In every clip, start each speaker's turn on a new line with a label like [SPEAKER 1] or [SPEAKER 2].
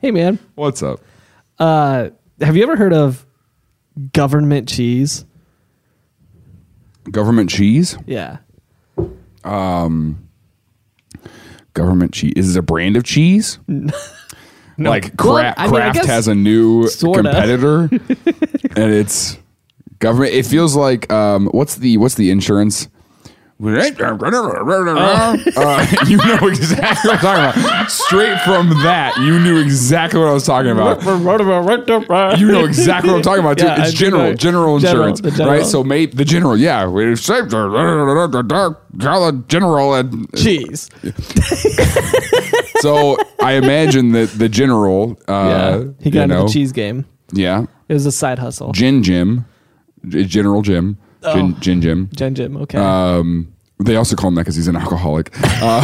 [SPEAKER 1] Hey, man.
[SPEAKER 2] What's up?
[SPEAKER 1] Uh, have you ever heard of government cheese?
[SPEAKER 2] Government cheese?
[SPEAKER 1] Yeah.
[SPEAKER 2] Government cheese. Is it a brand of cheese? Like
[SPEAKER 1] Well,
[SPEAKER 2] Kraft,
[SPEAKER 1] I mean, I
[SPEAKER 2] Kraft
[SPEAKER 1] guess
[SPEAKER 2] has a new
[SPEAKER 1] sorta.
[SPEAKER 2] competitor and it's government. It feels like um, what's the what's the insurance?
[SPEAKER 1] Oh.
[SPEAKER 2] Uh, you know exactly what I'm talking about. Straight from that, you knew exactly what I was talking about.
[SPEAKER 1] you
[SPEAKER 2] you know exactly what I'm talking about too.
[SPEAKER 1] Yeah, I
[SPEAKER 2] it's
[SPEAKER 1] do
[SPEAKER 2] general,
[SPEAKER 1] know.
[SPEAKER 2] general
[SPEAKER 1] General,
[SPEAKER 2] insurance,
[SPEAKER 1] the general.
[SPEAKER 2] right? So maybe the general, yeah. We saved the general, and
[SPEAKER 1] cheese.
[SPEAKER 2] so I imagine that the general, uh,
[SPEAKER 1] yeah. He got
[SPEAKER 2] you
[SPEAKER 1] into
[SPEAKER 2] know,
[SPEAKER 1] the cheese game.
[SPEAKER 2] yeah,
[SPEAKER 1] It was a side hustle.
[SPEAKER 2] Gin Jim, G- General Jim, Gin, Gin Jim.
[SPEAKER 1] Gen Jim. Okay.
[SPEAKER 2] Um, they also call him that because he's an alcoholic. Uh,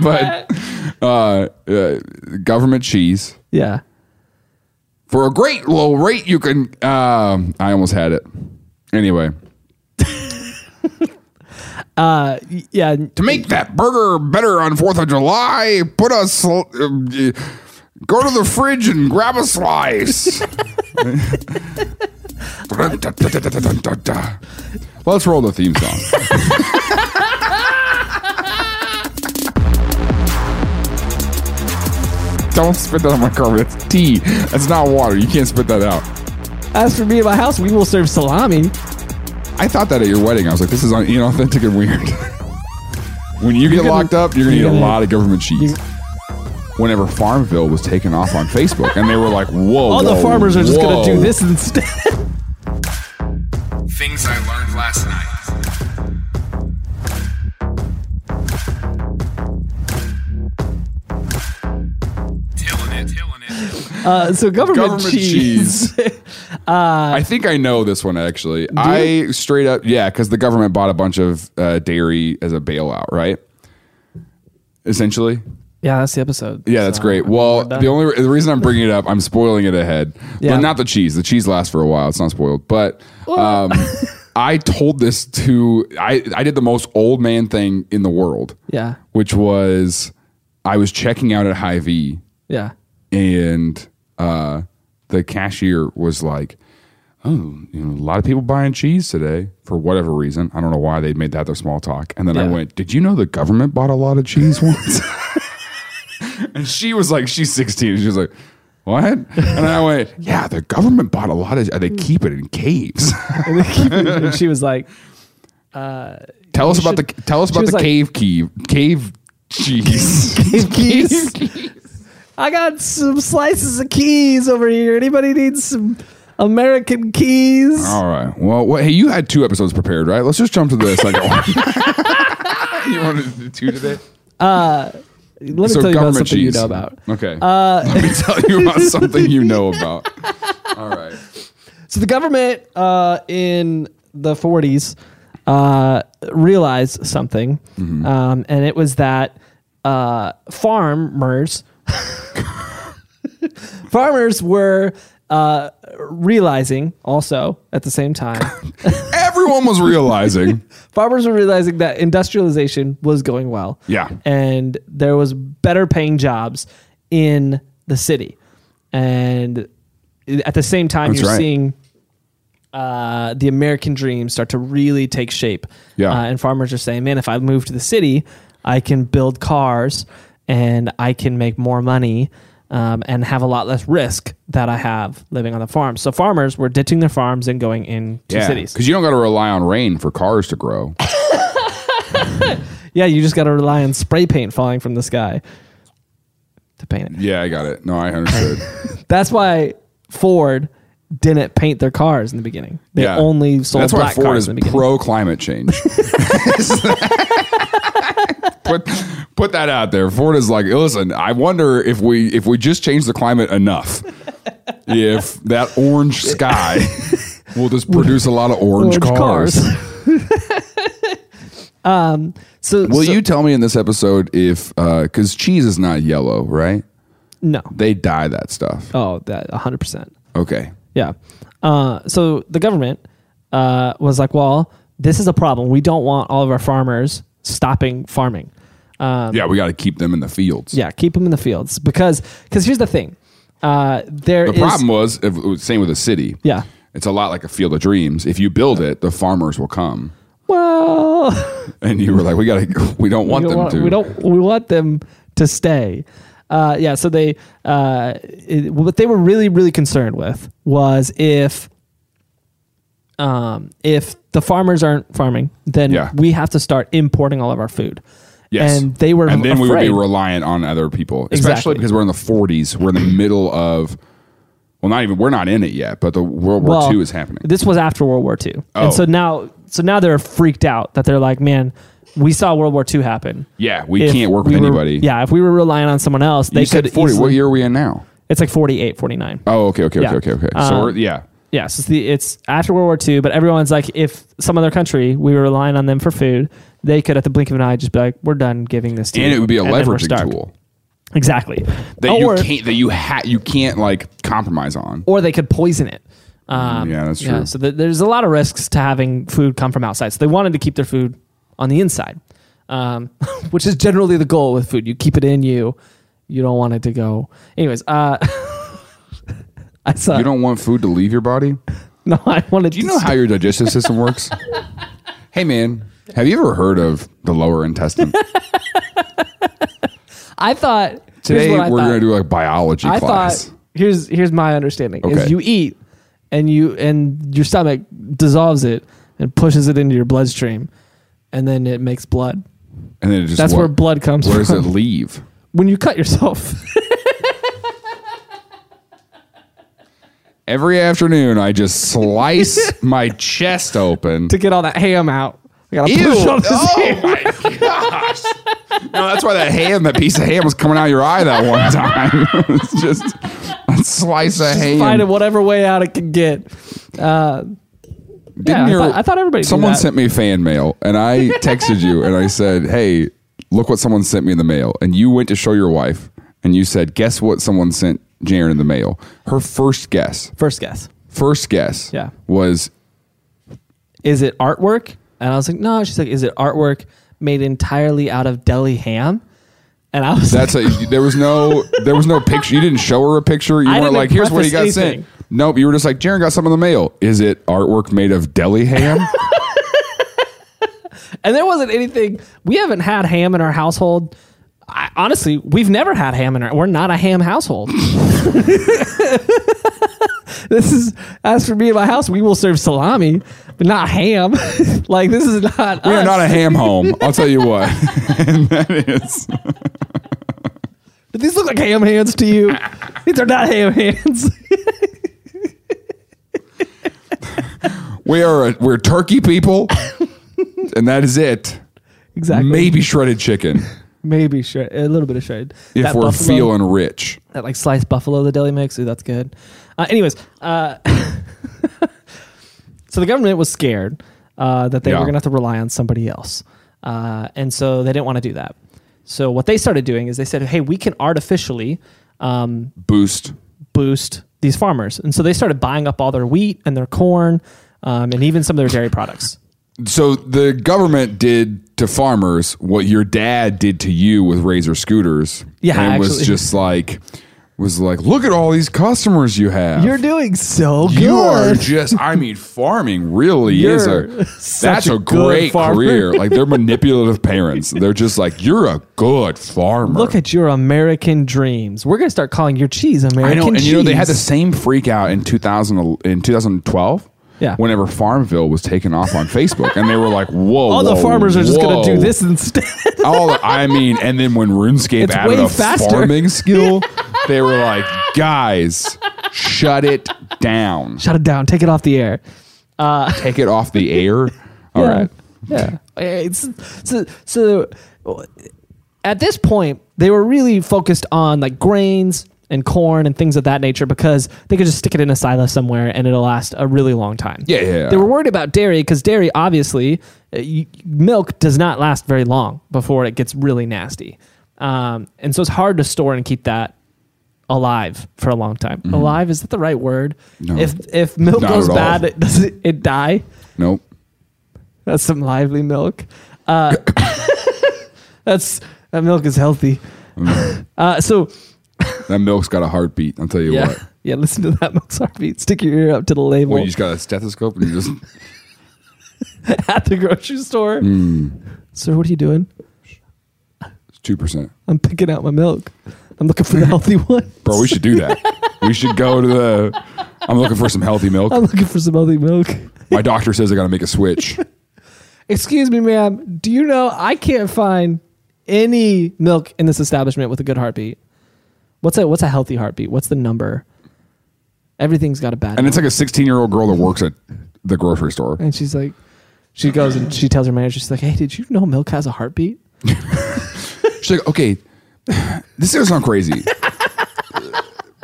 [SPEAKER 2] but uh, uh, government cheese
[SPEAKER 1] yeah.
[SPEAKER 2] for a great low rate you can um i almost had it anyway
[SPEAKER 1] Uh, y- yeah.
[SPEAKER 2] to make that burger better on fourth of july put a sl- um, y- go to the fridge and grab a slice let's roll the theme song Don't spit that on my carpet. That's tea. That's not water. You can't spit that out.
[SPEAKER 1] As for me and my house, we will serve salami.
[SPEAKER 2] I thought that at your wedding. I was like, this is un- inauthentic and weird. when you get
[SPEAKER 1] gonna-
[SPEAKER 2] locked up, you're going to
[SPEAKER 1] you're
[SPEAKER 2] eat a
[SPEAKER 1] gonna-
[SPEAKER 2] lot of government cheese. Whenever Farmville was taken off on Facebook, and they were like, whoa.
[SPEAKER 1] All the
[SPEAKER 2] whoa,
[SPEAKER 1] farmers are just going to
[SPEAKER 2] whoa.
[SPEAKER 1] do this instead.
[SPEAKER 2] Things I learned last night.
[SPEAKER 1] Uh, so government,
[SPEAKER 2] Government cheese.
[SPEAKER 1] cheese. Uh,
[SPEAKER 2] I think I know this one actually. I straight up, yeah, because the government bought a bunch of uh, dairy as a bailout, right? Essentially,
[SPEAKER 1] yeah, that's the episode.
[SPEAKER 2] Yeah, that's
[SPEAKER 1] So,
[SPEAKER 2] great.
[SPEAKER 1] I mean,
[SPEAKER 2] Well,
[SPEAKER 1] we're done.
[SPEAKER 2] the only re- the reason I'm bringing it up, I'm spoiling it ahead,
[SPEAKER 1] Yeah.
[SPEAKER 2] but not the cheese. The cheese lasts for a while. It's not spoiled, but um, I told this to I I did the most old man thing in the world,
[SPEAKER 1] yeah,
[SPEAKER 2] which was I was checking out at High V
[SPEAKER 1] yeah.
[SPEAKER 2] and uh, the cashier was like, "Oh, you know, a lot of people buying cheese today for whatever reason. I don't know why they made that their small talk." And then I
[SPEAKER 1] Yeah.
[SPEAKER 2] went, "Did you know the government bought a lot of cheese once?" and she was like, "She's 16." She was like. What? And I went, yeah, the government bought a lot of, they keep it in caves.
[SPEAKER 1] and she was like,
[SPEAKER 2] tell us about the,
[SPEAKER 1] should-
[SPEAKER 2] tell us
[SPEAKER 1] she
[SPEAKER 2] about
[SPEAKER 1] was
[SPEAKER 2] the
[SPEAKER 1] like-
[SPEAKER 2] cave key, cave cheese.
[SPEAKER 1] keys. I got some slices of keys over here. Anybody needs some American keys?
[SPEAKER 2] All right. Well, what, hey, you had two episodes prepared, right? Let's just jump to the second one. you wanted to do two today?
[SPEAKER 1] Let me tell you about something you know about. Uh,
[SPEAKER 2] Okay. Let me tell you about something you know about. All right.
[SPEAKER 1] So the government uh, in the 40s uh, realized something, um, and it was that uh, farmers farmers were uh, realizing also at the same time
[SPEAKER 2] Everyone was realizing.
[SPEAKER 1] farmers were realizing that industrialization was going well.
[SPEAKER 2] Yeah.
[SPEAKER 1] And there was better paying jobs in the city. And at the same time,
[SPEAKER 2] That's
[SPEAKER 1] you're
[SPEAKER 2] right.
[SPEAKER 1] seeing uh, the American dream start to really take shape.
[SPEAKER 2] Yeah.
[SPEAKER 1] Uh, and farmers are saying, man, if I move to the city, I can build cars and I can make more money um, and have a lot less risk that I have living on the farm. So farmers were ditching their farms and going into cities.
[SPEAKER 2] Because you don't got to rely on rain for cars to grow.
[SPEAKER 1] Yeah, you just got to rely on spray paint falling from the sky to paint it.
[SPEAKER 2] Yeah, I got it. No, I understood.
[SPEAKER 1] That's why Ford didn't paint their cars in the beginning. They
[SPEAKER 2] yeah.
[SPEAKER 1] only sold
[SPEAKER 2] That's why
[SPEAKER 1] black
[SPEAKER 2] Ford
[SPEAKER 1] cars
[SPEAKER 2] is
[SPEAKER 1] in the beginning.
[SPEAKER 2] pro climate change. put put that out there. Ford is like, listen, I wonder if we if we just change the climate enough, if that orange sky will just produce a lot of orange,
[SPEAKER 1] Orange
[SPEAKER 2] cars.
[SPEAKER 1] Um, so,
[SPEAKER 2] Will
[SPEAKER 1] so-
[SPEAKER 2] you tell me in this episode if because cheese is not yellow, right?
[SPEAKER 1] No.
[SPEAKER 2] They dye that stuff.
[SPEAKER 1] Oh, that 100%.
[SPEAKER 2] Okay.
[SPEAKER 1] Yeah. Uh, so the government uh, was like, well, this is a problem. We don't want all of our farmers stopping farming.
[SPEAKER 2] yeah, we got to keep them in the fields.
[SPEAKER 1] Yeah, keep them in the fields because because here's the thing. Uh, there
[SPEAKER 2] The
[SPEAKER 1] is-
[SPEAKER 2] problem was, if, it was same with a city.
[SPEAKER 1] Yeah.
[SPEAKER 2] It's a lot like a field of dreams. If you build it, the farmers will come.
[SPEAKER 1] Well,
[SPEAKER 2] And you were like, we got to, we don't want
[SPEAKER 1] we don't
[SPEAKER 2] them
[SPEAKER 1] want,
[SPEAKER 2] to.
[SPEAKER 1] we don't we want them to stay. Uh, yeah. So they uh, it, what they were really really concerned with was if um, if the farmers aren't farming, then
[SPEAKER 2] Yeah.
[SPEAKER 1] we have to start importing all of our food.
[SPEAKER 2] Yes.
[SPEAKER 1] And they were
[SPEAKER 2] And then we would be
[SPEAKER 1] afraid.
[SPEAKER 2] reliant on other people, especially
[SPEAKER 1] Exactly.
[SPEAKER 2] because we're in the 40s. We're in the middle of, well, not even, we're not in it yet, but the World War
[SPEAKER 1] well,
[SPEAKER 2] II is happening.
[SPEAKER 1] This was after World War II,
[SPEAKER 2] Oh.
[SPEAKER 1] and so now, so now they're freaked out that they're like, "Man, we saw World War II happen.
[SPEAKER 2] Yeah, we
[SPEAKER 1] If
[SPEAKER 2] can't work
[SPEAKER 1] we
[SPEAKER 2] with
[SPEAKER 1] were-
[SPEAKER 2] anybody.
[SPEAKER 1] Yeah, if we were relying on someone else, they
[SPEAKER 2] you said
[SPEAKER 1] could
[SPEAKER 2] 40.
[SPEAKER 1] easily-
[SPEAKER 2] what year are we in now?
[SPEAKER 1] It's like 48, 49.
[SPEAKER 2] Oh, okay, okay, okay,
[SPEAKER 1] Yeah.
[SPEAKER 2] okay, okay. So
[SPEAKER 1] Um,
[SPEAKER 2] we're, yeah,
[SPEAKER 1] Yeah, so it's, the, it's after World War II, but everyone's like, if some other country we were relying on them for food, they could at the blink of an eye just be like, "We're done giving this to you,"
[SPEAKER 2] and it would be a
[SPEAKER 1] then we're
[SPEAKER 2] leveraging
[SPEAKER 1] starved.
[SPEAKER 2] tool
[SPEAKER 1] Exactly.
[SPEAKER 2] that
[SPEAKER 1] or,
[SPEAKER 2] you can't that you ha- you can't like compromise on.
[SPEAKER 1] or they could poison it. Um,
[SPEAKER 2] Mm, Yeah, that's true.
[SPEAKER 1] so th- there's a lot of risks to having food come from outside. So they wanted to keep their food on the inside, um, which is generally the goal with food. You keep it in you. You don't want it to go. Anyways, uh, I saw.
[SPEAKER 2] You don't want food to leave your body.
[SPEAKER 1] no, I wanted.
[SPEAKER 2] Do you know how your digestive system works? hey, man, have you ever heard of the lower intestine?
[SPEAKER 1] I thought here's
[SPEAKER 2] Today
[SPEAKER 1] what I
[SPEAKER 2] we're
[SPEAKER 1] thought.
[SPEAKER 2] going to do like biology
[SPEAKER 1] I
[SPEAKER 2] class.
[SPEAKER 1] thought here's here's my understanding
[SPEAKER 2] Okay.
[SPEAKER 1] is you eat and you and your stomach dissolves it and pushes it into your bloodstream, and then it makes blood.
[SPEAKER 2] and then it just
[SPEAKER 1] That's
[SPEAKER 2] what-
[SPEAKER 1] where blood comes
[SPEAKER 2] Where
[SPEAKER 1] from.
[SPEAKER 2] does it leave?
[SPEAKER 1] when you cut yourself.
[SPEAKER 2] Every afternoon, I just slice my chest open.
[SPEAKER 1] to get all that ham out. I gotta
[SPEAKER 2] Ew!
[SPEAKER 1] push all this
[SPEAKER 2] Oh
[SPEAKER 1] ham.
[SPEAKER 2] my gosh! No, that's why that ham, that piece of ham, was coming out your eye that one time. it's just a slice of ham.
[SPEAKER 1] Find it whatever way out it can get. Uh, yeah, I,
[SPEAKER 2] your-
[SPEAKER 1] thought, I thought everybody.
[SPEAKER 2] Someone
[SPEAKER 1] knew that.
[SPEAKER 2] sent me fan mail, and I texted you, and I said, "Hey, look what someone sent me in the mail." And you went to show your wife, and you said, "Guess what? Someone sent Jaren in the mail." Her first guess,
[SPEAKER 1] first guess.
[SPEAKER 2] first guess,
[SPEAKER 1] Yeah.
[SPEAKER 2] was
[SPEAKER 1] Is it artwork? And I was like, no. She's like, is it artwork made entirely out of deli ham? And I was
[SPEAKER 2] That's a, there was no there was no picture. You didn't show her a picture. You
[SPEAKER 1] I
[SPEAKER 2] weren't
[SPEAKER 1] didn't
[SPEAKER 2] like, here's what he got
[SPEAKER 1] preface anything.
[SPEAKER 2] sent. Nope, you were just like, Jaron got some in the mail. Is it artwork made of deli ham?
[SPEAKER 1] like, and there wasn't anything. We haven't had ham in our household. I, honestly, we've never had ham in our. We're not a ham household. this is as for me in my house, we will serve salami, but not ham. like this is not.
[SPEAKER 2] we are
[SPEAKER 1] us.
[SPEAKER 2] not a ham home. I'll tell you what. and that is
[SPEAKER 1] Did these look like ham hands to you? these are not ham hands.
[SPEAKER 2] we are a, we're turkey people, and that is it.
[SPEAKER 1] exactly.
[SPEAKER 2] Maybe shredded chicken
[SPEAKER 1] Maybe shred, a little bit of shredded.
[SPEAKER 2] if
[SPEAKER 1] That
[SPEAKER 2] we're
[SPEAKER 1] buffalo-
[SPEAKER 2] feeling rich.
[SPEAKER 1] that like sliced buffalo the deli makes. Ooh, that's good. Uh, anyways, uh, so the government was scared uh, that they
[SPEAKER 2] Yeah.
[SPEAKER 1] were going to have to rely on somebody else, uh, and so they didn't want to do that. So what they started doing is they said, "Hey, we can artificially um,
[SPEAKER 2] Boost.
[SPEAKER 1] boost these farmers," and so they started buying up all their wheat and their corn, um, and even some of their dairy products.
[SPEAKER 2] So the government did to farmers what your dad did to you with Razor scooters.
[SPEAKER 1] Yeah,
[SPEAKER 2] and was
[SPEAKER 1] actually.
[SPEAKER 2] just like was like, look at all these customers you have.
[SPEAKER 1] You're doing so good.
[SPEAKER 2] You are just. I mean, farming really is
[SPEAKER 1] You're
[SPEAKER 2] a.
[SPEAKER 1] such
[SPEAKER 2] That's
[SPEAKER 1] a
[SPEAKER 2] a,
[SPEAKER 1] good
[SPEAKER 2] great
[SPEAKER 1] farmer.
[SPEAKER 2] career. Like they're manipulative parents. They're just like, you're a good farmer.
[SPEAKER 1] Look at your American dreams. We're gonna start calling your cheese
[SPEAKER 2] I
[SPEAKER 1] American
[SPEAKER 2] know, and
[SPEAKER 1] cheese.
[SPEAKER 2] you know they had the same freak out in 2000 in 2012.
[SPEAKER 1] Yeah.
[SPEAKER 2] Whenever Farmville was taken off on Facebook, and they were like, "Whoa!"
[SPEAKER 1] all the
[SPEAKER 2] whoa,
[SPEAKER 1] farmers are just gonna do
[SPEAKER 2] whoa."
[SPEAKER 1] this instead.
[SPEAKER 2] All the, I mean, and then when RuneScape
[SPEAKER 1] It's
[SPEAKER 2] added
[SPEAKER 1] way
[SPEAKER 2] a
[SPEAKER 1] faster.
[SPEAKER 2] farming skill, they were like, "Guys, shut it down.
[SPEAKER 1] Shut it down. Take it off the air.
[SPEAKER 2] Take it off the air." All right.
[SPEAKER 1] Yeah. It's, so, so at this point, they were really focused on like grains and corn and things of that nature because they could just stick it in a silo somewhere and it'll last a really long time.
[SPEAKER 2] Yeah, yeah, yeah.
[SPEAKER 1] They were worried about dairy because dairy, obviously, uh, y- milk does not last very long before it gets really nasty. Um, and so it's hard to store and keep that alive for a long time. Alive is that the right word?
[SPEAKER 2] Mm-hmm. No.
[SPEAKER 1] If if milk
[SPEAKER 2] Not
[SPEAKER 1] goes
[SPEAKER 2] at all.
[SPEAKER 1] bad, it, does it, it die?
[SPEAKER 2] Nope.
[SPEAKER 1] That's some lively milk. Uh, that's That milk is healthy.
[SPEAKER 2] Mm.
[SPEAKER 1] Uh, so
[SPEAKER 2] That milk's got a heartbeat. I'll tell you
[SPEAKER 1] yeah,
[SPEAKER 2] what.
[SPEAKER 1] yeah. Listen to that milk's heartbeat. Stick your ear up to the label
[SPEAKER 2] Well, you just got a stethoscope and you just
[SPEAKER 1] at the grocery store.
[SPEAKER 2] Mm.
[SPEAKER 1] Sir, what are you doing?
[SPEAKER 2] two percent.
[SPEAKER 1] I'm picking out my milk. I'm looking for the healthy one.
[SPEAKER 2] Bro, we should do that. we should go to the. I'm looking for some healthy milk.
[SPEAKER 1] I'm looking for some healthy milk.
[SPEAKER 2] My doctor says I got to make a switch.
[SPEAKER 1] Excuse me, ma'am. Do you know I can't find any milk in this establishment with a good heartbeat? What's a what's a healthy heartbeat? What's the number? Everything's got a bad.
[SPEAKER 2] And it's like a 16 year old girl that works at the grocery store.
[SPEAKER 1] And she's like, she goes and she tells her manager, she's like, hey, did you know milk has a heartbeat?
[SPEAKER 2] She's like, okay, this does sound crazy.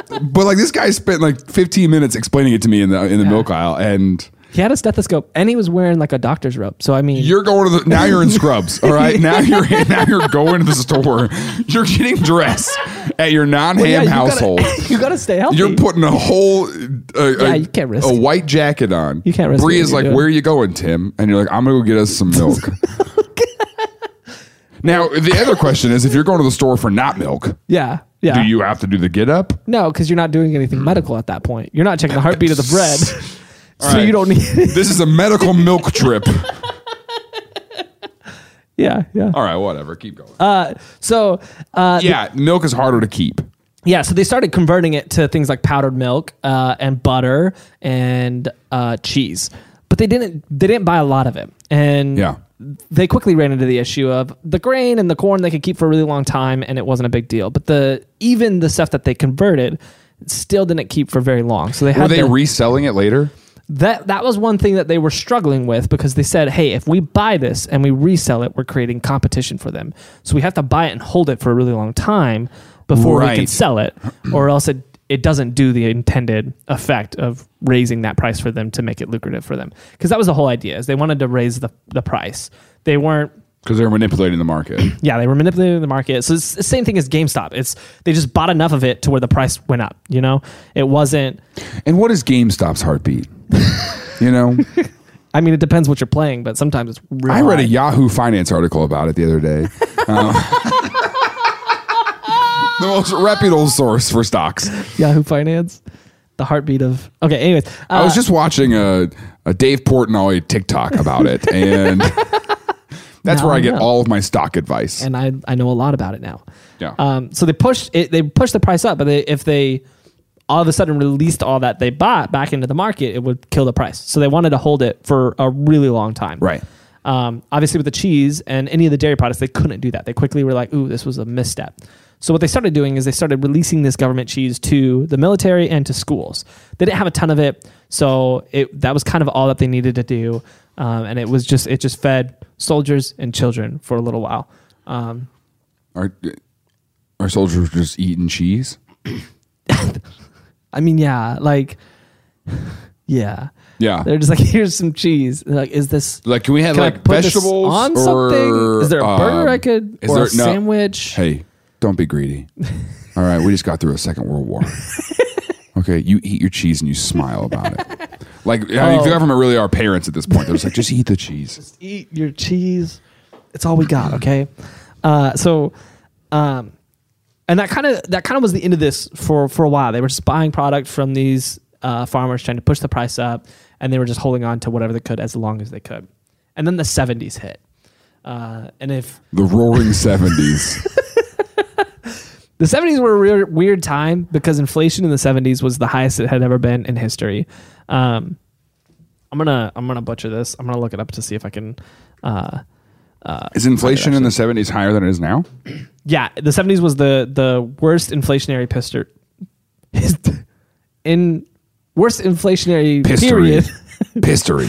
[SPEAKER 2] but like this guy spent like 15 minutes explaining it to me in the in the milk aisle, and
[SPEAKER 1] He had a stethoscope and he was wearing like a doctor's robe. So I mean,
[SPEAKER 2] you're going to the now you're in scrubs. All right, now you're now you're going to the store. You're getting dressed at your non ham
[SPEAKER 1] yeah, you gotta-
[SPEAKER 2] household.
[SPEAKER 1] you got to stay healthy.
[SPEAKER 2] You're putting a whole uh,
[SPEAKER 1] Yeah,
[SPEAKER 2] a,
[SPEAKER 1] you can't risk
[SPEAKER 2] a
[SPEAKER 1] it.
[SPEAKER 2] white jacket on.
[SPEAKER 1] You can't risk
[SPEAKER 2] Bree
[SPEAKER 1] it.
[SPEAKER 2] is
[SPEAKER 1] You
[SPEAKER 2] like,
[SPEAKER 1] do it.
[SPEAKER 2] "Where are you going, Tim?" And you're like, "I'm gonna go get us some milk." now, the other question is, if you're going to the store for not milk,
[SPEAKER 1] yeah. Yeah.
[SPEAKER 2] do you Mm. have to do the get up?
[SPEAKER 1] No, because you're not doing anything medical at that point. You're not checking the heartbeat of the bread. so
[SPEAKER 2] right.
[SPEAKER 1] you don't need.
[SPEAKER 2] This is a medical milk trip.
[SPEAKER 1] yeah. Yeah.
[SPEAKER 2] All right, whatever. Keep going.
[SPEAKER 1] Uh, so uh,
[SPEAKER 2] yeah, milk is harder to keep.
[SPEAKER 1] yeah, so they started converting it to things like powdered milk uh, and butter and uh, cheese, but they didn't they didn't buy a lot of it, and
[SPEAKER 2] Yeah.
[SPEAKER 1] they quickly ran into the issue of the grain and the corn they could keep for a really long time, and it wasn't a big deal. But the even the stuff that they converted still didn't keep for very long. So they had
[SPEAKER 2] Were they
[SPEAKER 1] to-
[SPEAKER 2] reselling it later?
[SPEAKER 1] that that was one thing that they were struggling with because they said, "Hey, if we buy this and we resell it, we're creating competition for them. So we have to buy it and hold it for a really long time before we can
[SPEAKER 2] Right.
[SPEAKER 1] sell it, or else it it doesn't do the intended effect of raising that price for them to make it lucrative for them. Because that was the whole idea is they wanted to raise the the price. They weren't
[SPEAKER 2] Because they're manipulating the market.
[SPEAKER 1] yeah, they were manipulating the market. So it's the same thing as GameStop. It's they just bought enough of it to where the price went up, you know? It wasn't
[SPEAKER 2] and what is GameStop's heartbeat? you know,
[SPEAKER 1] I mean, it depends what you're playing, but sometimes it's really
[SPEAKER 2] I read
[SPEAKER 1] high.
[SPEAKER 2] a Yahoo Finance article about it the other day. Um, the most reputable source for stocks.
[SPEAKER 1] Yahoo Finance. The heartbeat of okay. Anyways, uh,
[SPEAKER 2] I was just watching a, a Dave Portnoy TikTok about it, and that's
[SPEAKER 1] Now
[SPEAKER 2] where I
[SPEAKER 1] I
[SPEAKER 2] get
[SPEAKER 1] know.
[SPEAKER 2] all of my stock advice.
[SPEAKER 1] and I I know a lot about it now.
[SPEAKER 2] Yeah.
[SPEAKER 1] Um. So they pushed it. They pushed the price up, but they, if they all of a sudden released all that they bought back into the market, it would kill the price. So they wanted to hold it for a really long time.
[SPEAKER 2] Right.
[SPEAKER 1] Um. Obviously, with the cheese and any of the dairy products, they couldn't do that. They quickly were like, "Ooh, this was a misstep." So what they started doing is they started releasing this government cheese to the military and to schools. They didn't have a ton of it, so it that was kind of all that they needed to do, um, and it was just it just fed soldiers and children for a little while. Um,
[SPEAKER 2] Are, are soldiers just eating cheese?
[SPEAKER 1] I mean, yeah, like, yeah,
[SPEAKER 2] Yeah.
[SPEAKER 1] they're just like, here's some cheese. They're like, is this
[SPEAKER 2] like, can we have
[SPEAKER 1] can I
[SPEAKER 2] like
[SPEAKER 1] put this
[SPEAKER 2] vegetables
[SPEAKER 1] on
[SPEAKER 2] or,
[SPEAKER 1] something? Is there a burger
[SPEAKER 2] um,
[SPEAKER 1] I could
[SPEAKER 2] is
[SPEAKER 1] or
[SPEAKER 2] there-
[SPEAKER 1] a
[SPEAKER 2] no.
[SPEAKER 1] sandwich?
[SPEAKER 2] Hey, don't be greedy. All right, we just got through a second world war. Okay, you eat your cheese and you smile about it. Like I mean,
[SPEAKER 1] Oh.
[SPEAKER 2] the government really are parents at this point. They're just like, just eat the cheese.
[SPEAKER 1] Eat your cheese. It's all we got. Okay, uh, so, um, and that kind of that kind of was the end of this for for a while. They were just buying product from these uh, farmers, trying to push the price up, and they were just holding on to whatever they could as long as they could. And then the '70s hit, uh, and if
[SPEAKER 2] The Roaring Seventies.
[SPEAKER 1] The 70s were a weird, weird time because inflation in the 70s was the highest it had ever been in history. Um, I'm gonna I'm gonna butcher this. I'm gonna look it up to see if I can. Uh,
[SPEAKER 2] Is inflation in the seventies higher than it is now?
[SPEAKER 1] yeah, the 70s was the the worst inflationary pister, in worst inflationary
[SPEAKER 2] History.
[SPEAKER 1] period
[SPEAKER 2] History.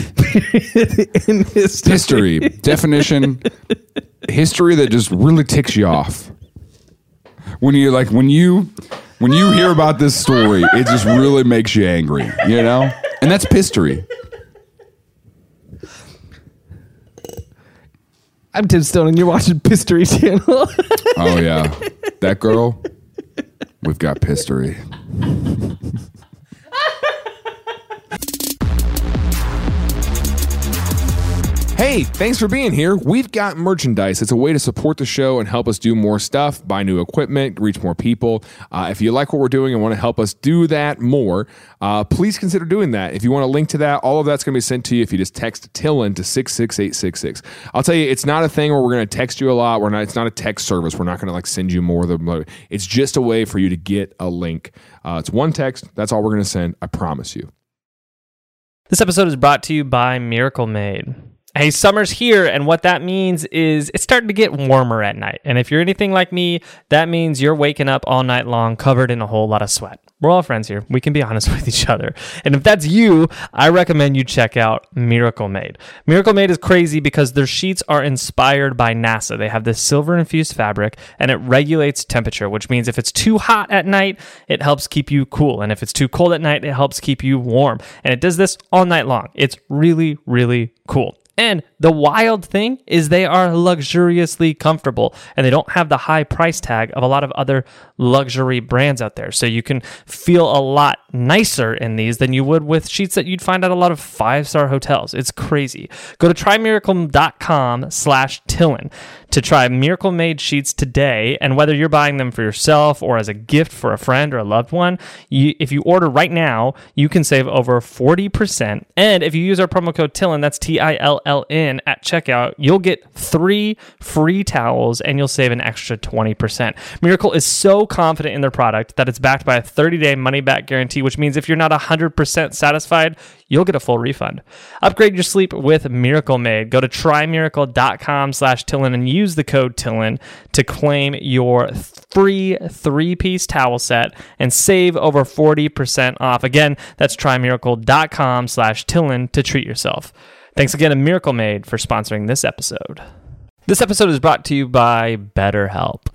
[SPEAKER 1] in history.
[SPEAKER 2] History. Definition. History that just really ticks you off. When you like when you when you hear about this story, it just really makes you angry, you know? And that's history.
[SPEAKER 1] I'm Tim Stone, and you're watching History Channel.
[SPEAKER 2] Oh yeah, that girl. We've got pistery. Hey, thanks for being here. We've got merchandise. It's a way to support the show and help us do more stuff, buy new equipment, reach more people. Uh, if you like what we're doing and want to help us do that more, uh, please consider doing that. If you want a link to that, all of that's going to be sent to you if you just text Tillin to 66866. I'll tell you, it's not a thing where we're going to text you a lot. We're not. It's not a text service. We're not going to like send you more than. It's just a way for you to get a link. Uh, it's one text. That's all we're going to send. I promise you.
[SPEAKER 3] This episode is brought to you by Miracle Made. Hey, summer's here, and what that means is it's starting to get warmer at night. And if you're anything like me, that means you're waking up all night long covered in a whole lot of sweat. We're all friends here. We can be honest with each other. And if that's you, I recommend you check out Miracle Made. Miracle Made is crazy because their sheets are inspired by NASA. They have this silver infused fabric and it regulates temperature, which means if it's too hot at night, it helps keep you cool. And if it's too cold at night, it helps keep you warm. And it does this all night long. It's really, really cool. And the wild thing is they are luxuriously comfortable and they don't have the high price tag of a lot of other luxury brands out there. So you can feel a lot nicer in these than you would with sheets that you'd find at a lot of five-star hotels. It's crazy. Go to trymiracle.com slash Tillin to try Miracle Made sheets today. And whether you're buying them for yourself or as a gift for a friend or a loved one, you, if you order right now, you can save over 40%. And if you use our promo code TILLIN, that's T I L L N, at checkout, you'll get three free towels and you'll save an extra 20%. Miracle is so confident in their product that it's backed by a 30 day money back guarantee, which means if you're not 100% satisfied, you'll get a full refund. Upgrade your sleep with Miracle Made. Go to trymiracle.com slash Tillin and use the code Tillin to claim your free three-piece towel set and save over 40% off. Again, that's trymiracle.com slash Tillin to treat yourself. Thanks again to Miracle Made for sponsoring this episode. This episode is brought to you by BetterHelp.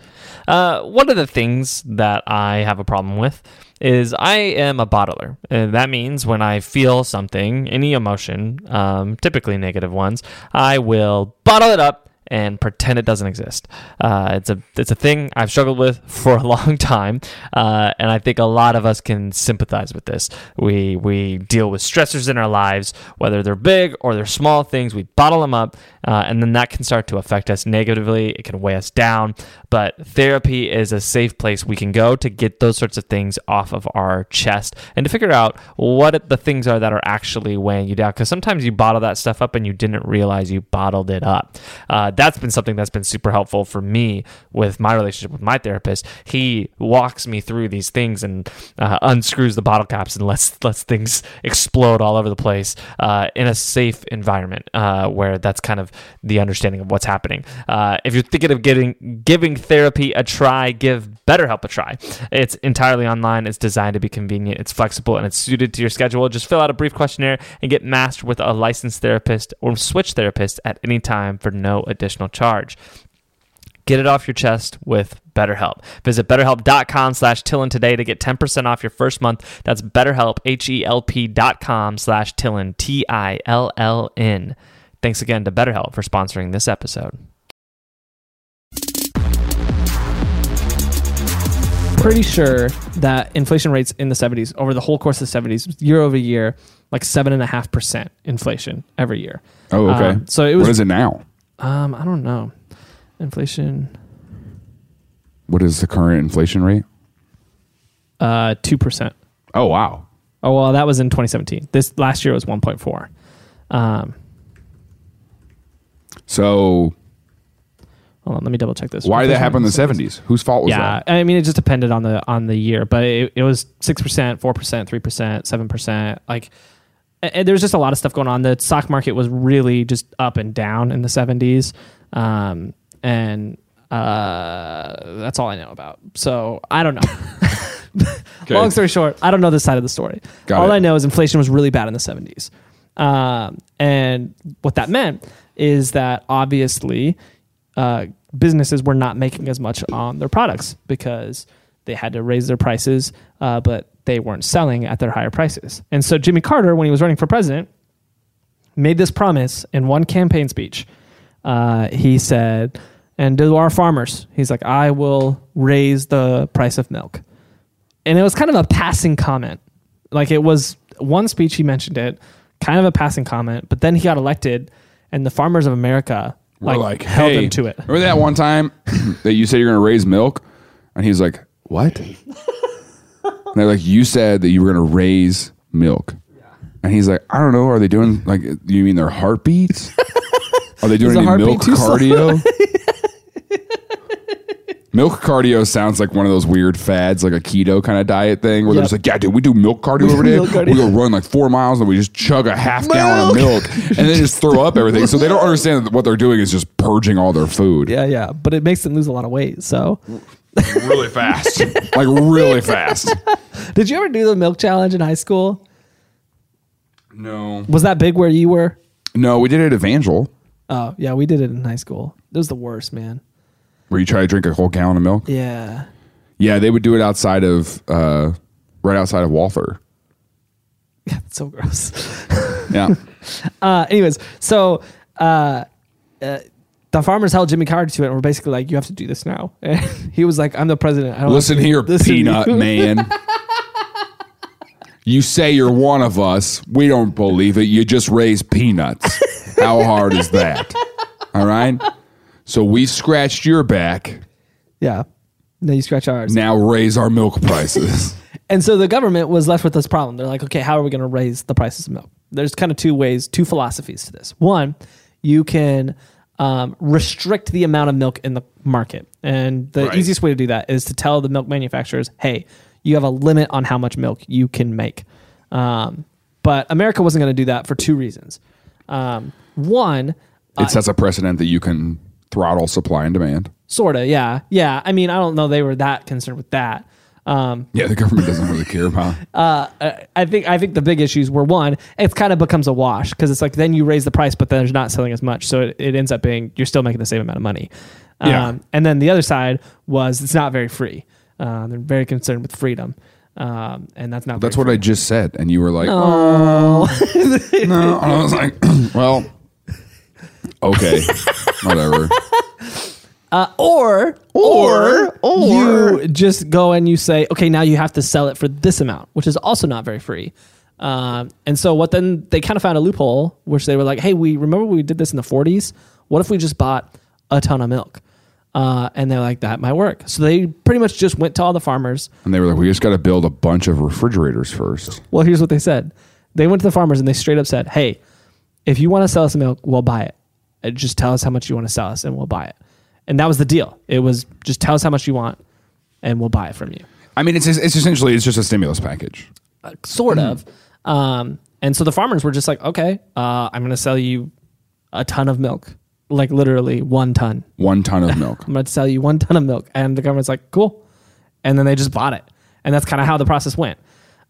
[SPEAKER 3] Uh, one of the things that I have a problem with is I am a bottler. Uh, that means when I feel something, any emotion, um, typically negative ones, I will bottle it up and pretend it doesn't exist. Uh, it's a it's a thing I've struggled with for a long time, uh, and I think a lot of us can sympathize with this. We we deal with stressors in our lives, whether they're big or they're small things. We bottle them up, uh, and then that can start to affect us negatively. It can weigh us down. But therapy is a safe place we can go to get those sorts of things off of our chest and to figure out what the things are that are actually weighing you down. Because sometimes you bottle that stuff up and you didn't realize you bottled it up. Uh, that's been something that's been super helpful for me with my relationship with my therapist. He walks me through these things and uh, unscrews the bottle caps and lets lets things explode all over the place uh, in a safe environment uh, where that's kind of the understanding of what's happening. Uh, if you're thinking of getting giving therapy a try, give BetterHelp a try. It's entirely online. It's designed to be convenient. It's flexible and it's suited to your schedule. Just fill out a brief questionnaire and get matched with a licensed therapist or switch therapist at any time for no additional charge. Get it off your chest with BetterHelp. Visit betterhelp.com slash Tillin today to get 10% off your first month. That's betterhelp, H-E-L-P dot com slash Tillin, T-I-L-L-N. Thanks again to BetterHelp for sponsoring this episode.
[SPEAKER 1] Pretty sure that inflation rates in the 70s, over the whole course of the 70s, year over year, like 7.5% inflation every year.
[SPEAKER 2] Oh, okay.
[SPEAKER 1] Um, so it was-
[SPEAKER 2] what is it now?
[SPEAKER 1] Um, I don't know. Inflation,
[SPEAKER 2] What is the current inflation rate?
[SPEAKER 1] uh, 2%.
[SPEAKER 2] Oh wow.
[SPEAKER 1] Oh, well, that was in 2017. This last year was 1.4. Um,
[SPEAKER 2] So
[SPEAKER 1] hold on, let me double check this.
[SPEAKER 2] why did that
[SPEAKER 1] Inflation
[SPEAKER 2] happen in
[SPEAKER 1] rate
[SPEAKER 2] the seventies? Whose fault was
[SPEAKER 1] yeah,
[SPEAKER 2] that?
[SPEAKER 1] I mean, it just depended on the on the year, but it, it was six percent, four percent, three percent, seven percent. Like, a- and there was just a lot of stuff going on. The stock market was really just up and down in the seventies, um, and uh, that's all I know about. So I don't know.
[SPEAKER 2] Okay.
[SPEAKER 1] Long story short, I don't know this side of the story.
[SPEAKER 2] Got
[SPEAKER 1] All
[SPEAKER 2] it.
[SPEAKER 1] I know is inflation was really bad in the 70s. Um, and what that meant is that obviously uh, businesses were not making as much on their products because they had to raise their prices, uh, but they weren't selling at their higher prices. And so Jimmy Carter, when he was running for president, made this promise in one campaign speech. Uh, he said, and to our farmers, he's like, I will raise the price of milk. And it was kind of a passing comment. Like it was one speech, he mentioned it, kind of a passing comment, but then he got elected. and the farmers of America
[SPEAKER 2] We're
[SPEAKER 1] like, held
[SPEAKER 2] hey,
[SPEAKER 1] him to it.
[SPEAKER 2] Remember that one time that you said you're going to raise milk, and he's like, "What?" and they're like, "You said that you were going to raise milk," and he's like, "I don't know. Are they doing like? You mean their heartbeats? Are they doing
[SPEAKER 1] the
[SPEAKER 2] any
[SPEAKER 1] heartbeat
[SPEAKER 2] milk
[SPEAKER 1] too slow?"
[SPEAKER 2] cardio?" Milk cardio sounds like one of those weird fads, like a keto kind of diet thing, where they're
[SPEAKER 1] Yep.
[SPEAKER 2] just like, "Yeah, dude, we do milk cardio every day.
[SPEAKER 1] Milk cardio.
[SPEAKER 2] We go run like four miles and we just chug a half gallon of milk, and they just throw up everything." So they don't understand that what they're doing is just purging all their food
[SPEAKER 1] Yeah, yeah, but it makes them lose a lot of weight. So,
[SPEAKER 2] Mm. really fast, like really fast.
[SPEAKER 1] did you ever do the milk challenge in high school?
[SPEAKER 2] No,
[SPEAKER 1] Was that big where you were?
[SPEAKER 2] no, we did it at Evangel,
[SPEAKER 1] Oh, yeah, we did it in high school. It was the worst, man.
[SPEAKER 2] where you try to drink a whole gallon of milk.
[SPEAKER 1] Yeah.
[SPEAKER 2] Yeah, they would do it outside of, uh, right outside of Walther.
[SPEAKER 1] Yeah, it's so gross.
[SPEAKER 2] Yeah.
[SPEAKER 1] Uh, anyways, so uh, uh, the farmers held Jimmy Carter to it and were basically like, "You have to do this now." And he was like, "I'm the president. I don't
[SPEAKER 2] Listen
[SPEAKER 1] have to
[SPEAKER 2] here,
[SPEAKER 1] do this to
[SPEAKER 2] peanut
[SPEAKER 1] you."
[SPEAKER 2] man. You say you're one of us. We don't believe it. You just raise peanuts. How hard is that? All right. So we scratched your back.
[SPEAKER 1] Yeah. Now you scratch ours.
[SPEAKER 2] Now raise our milk prices.
[SPEAKER 1] And so the government was left with this problem. They're like, okay, how are we going to raise the prices of milk? There's kind of two ways, two philosophies to this. One, you can um, restrict the amount of milk in the market. And the
[SPEAKER 2] Right.
[SPEAKER 1] easiest way to do that is to tell the milk manufacturers, hey, you have a limit on how much milk you can make. Um, but America wasn't going to do that for two reasons. Um, one, uh,
[SPEAKER 2] It sets a precedent that you can throttle supply and demand.
[SPEAKER 1] sort of, yeah. Yeah. I mean, I don't know they were that concerned with that. Um,
[SPEAKER 2] Yeah, the government doesn't really care about.
[SPEAKER 1] Uh, I- I think I think the big issues were one, it's kind of becomes a wash because it's like then you raise the price, but then there's not selling as much, so it, it ends up being you're still making the same amount of money.
[SPEAKER 2] Yeah.
[SPEAKER 1] Um, and then the other side was it's not very free. Uh, they're very concerned with freedom, um, and that's not.
[SPEAKER 2] That's
[SPEAKER 1] very
[SPEAKER 2] what I just said, and you were like, "Oh no!" And I was like, "Well, okay, whatever."
[SPEAKER 1] or or you just go and you say, okay, now you have to sell it for this amount, which is also not very free. Um, and so what then they kind of found a loophole, which they were like, hey, we remember we did this in the 40s. What if we just bought a ton of milk? Uh, and they're like, that might work. So they pretty much just went to all the farmers.
[SPEAKER 2] And they were like, "We just got to build a bunch of refrigerators first.
[SPEAKER 1] Well, here's what they said. They went to the farmers and they straight up said, "Hey, if you want to sell us milk, we'll buy it. Uh, Just tell us how much you want to sell us, and we'll buy it." And that was the deal. It was just tell us how much you want, and we'll buy it from you.
[SPEAKER 2] I mean, it's it's essentially it's just a stimulus package.
[SPEAKER 1] Uh, sort of. Um, and so the farmers were just like, "Okay, uh, I'm going to sell you a ton of milk, like literally one ton.
[SPEAKER 2] One ton of milk.
[SPEAKER 1] I'm going to sell you one ton of milk." And the government's like, "Cool," and then they just bought it. And that's kind of how the process went.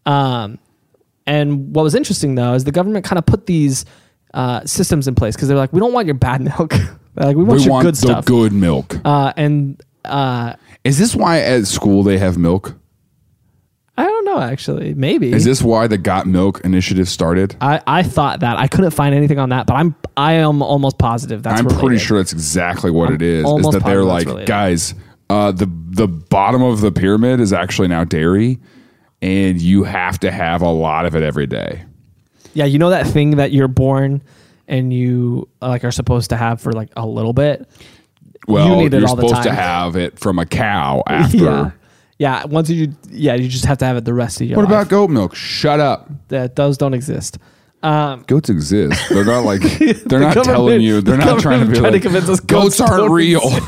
[SPEAKER 1] Um, And what was interesting though is the government kind of put these uh, systems in place because they're like, we don't want your bad milk. They're like we want
[SPEAKER 2] we
[SPEAKER 1] your
[SPEAKER 2] want
[SPEAKER 1] good
[SPEAKER 2] the
[SPEAKER 1] stuff.
[SPEAKER 2] good milk.
[SPEAKER 1] uh, and uh,
[SPEAKER 2] Is this why at school they have milk?
[SPEAKER 1] I don't know actually, maybe.
[SPEAKER 2] Is this why the Got Milk initiative started?
[SPEAKER 1] I, I thought that I couldn't find anything on that, but I'm I am almost positive that's.
[SPEAKER 2] I'm pretty
[SPEAKER 1] related.
[SPEAKER 2] sure that's exactly what it is. Is
[SPEAKER 1] almost
[SPEAKER 2] that they're
[SPEAKER 1] positive that's related.
[SPEAKER 2] like, guys, uh, the the bottom of the pyramid is actually now dairy, and you have to have a lot of it every day.
[SPEAKER 1] Yeah, you know that thing that you're born and you uh, like are supposed to have for like a little bit.
[SPEAKER 2] Well, you
[SPEAKER 1] need it
[SPEAKER 2] are
[SPEAKER 1] all the
[SPEAKER 2] supposed to
[SPEAKER 1] time.
[SPEAKER 2] have it from a cow after.
[SPEAKER 1] Yeah. Yeah, once you yeah, you just have to have it the rest of your
[SPEAKER 2] What
[SPEAKER 1] life.
[SPEAKER 2] about goat milk? Shut up.
[SPEAKER 1] that those don't exist. Um,
[SPEAKER 2] Goats exist. They're not like they're not
[SPEAKER 1] government-
[SPEAKER 2] telling you. They're
[SPEAKER 1] the
[SPEAKER 2] not trying to
[SPEAKER 1] government tried
[SPEAKER 2] be
[SPEAKER 1] to
[SPEAKER 2] like,
[SPEAKER 1] convince us
[SPEAKER 2] goats,
[SPEAKER 1] goats
[SPEAKER 2] aren't
[SPEAKER 1] don't
[SPEAKER 2] real.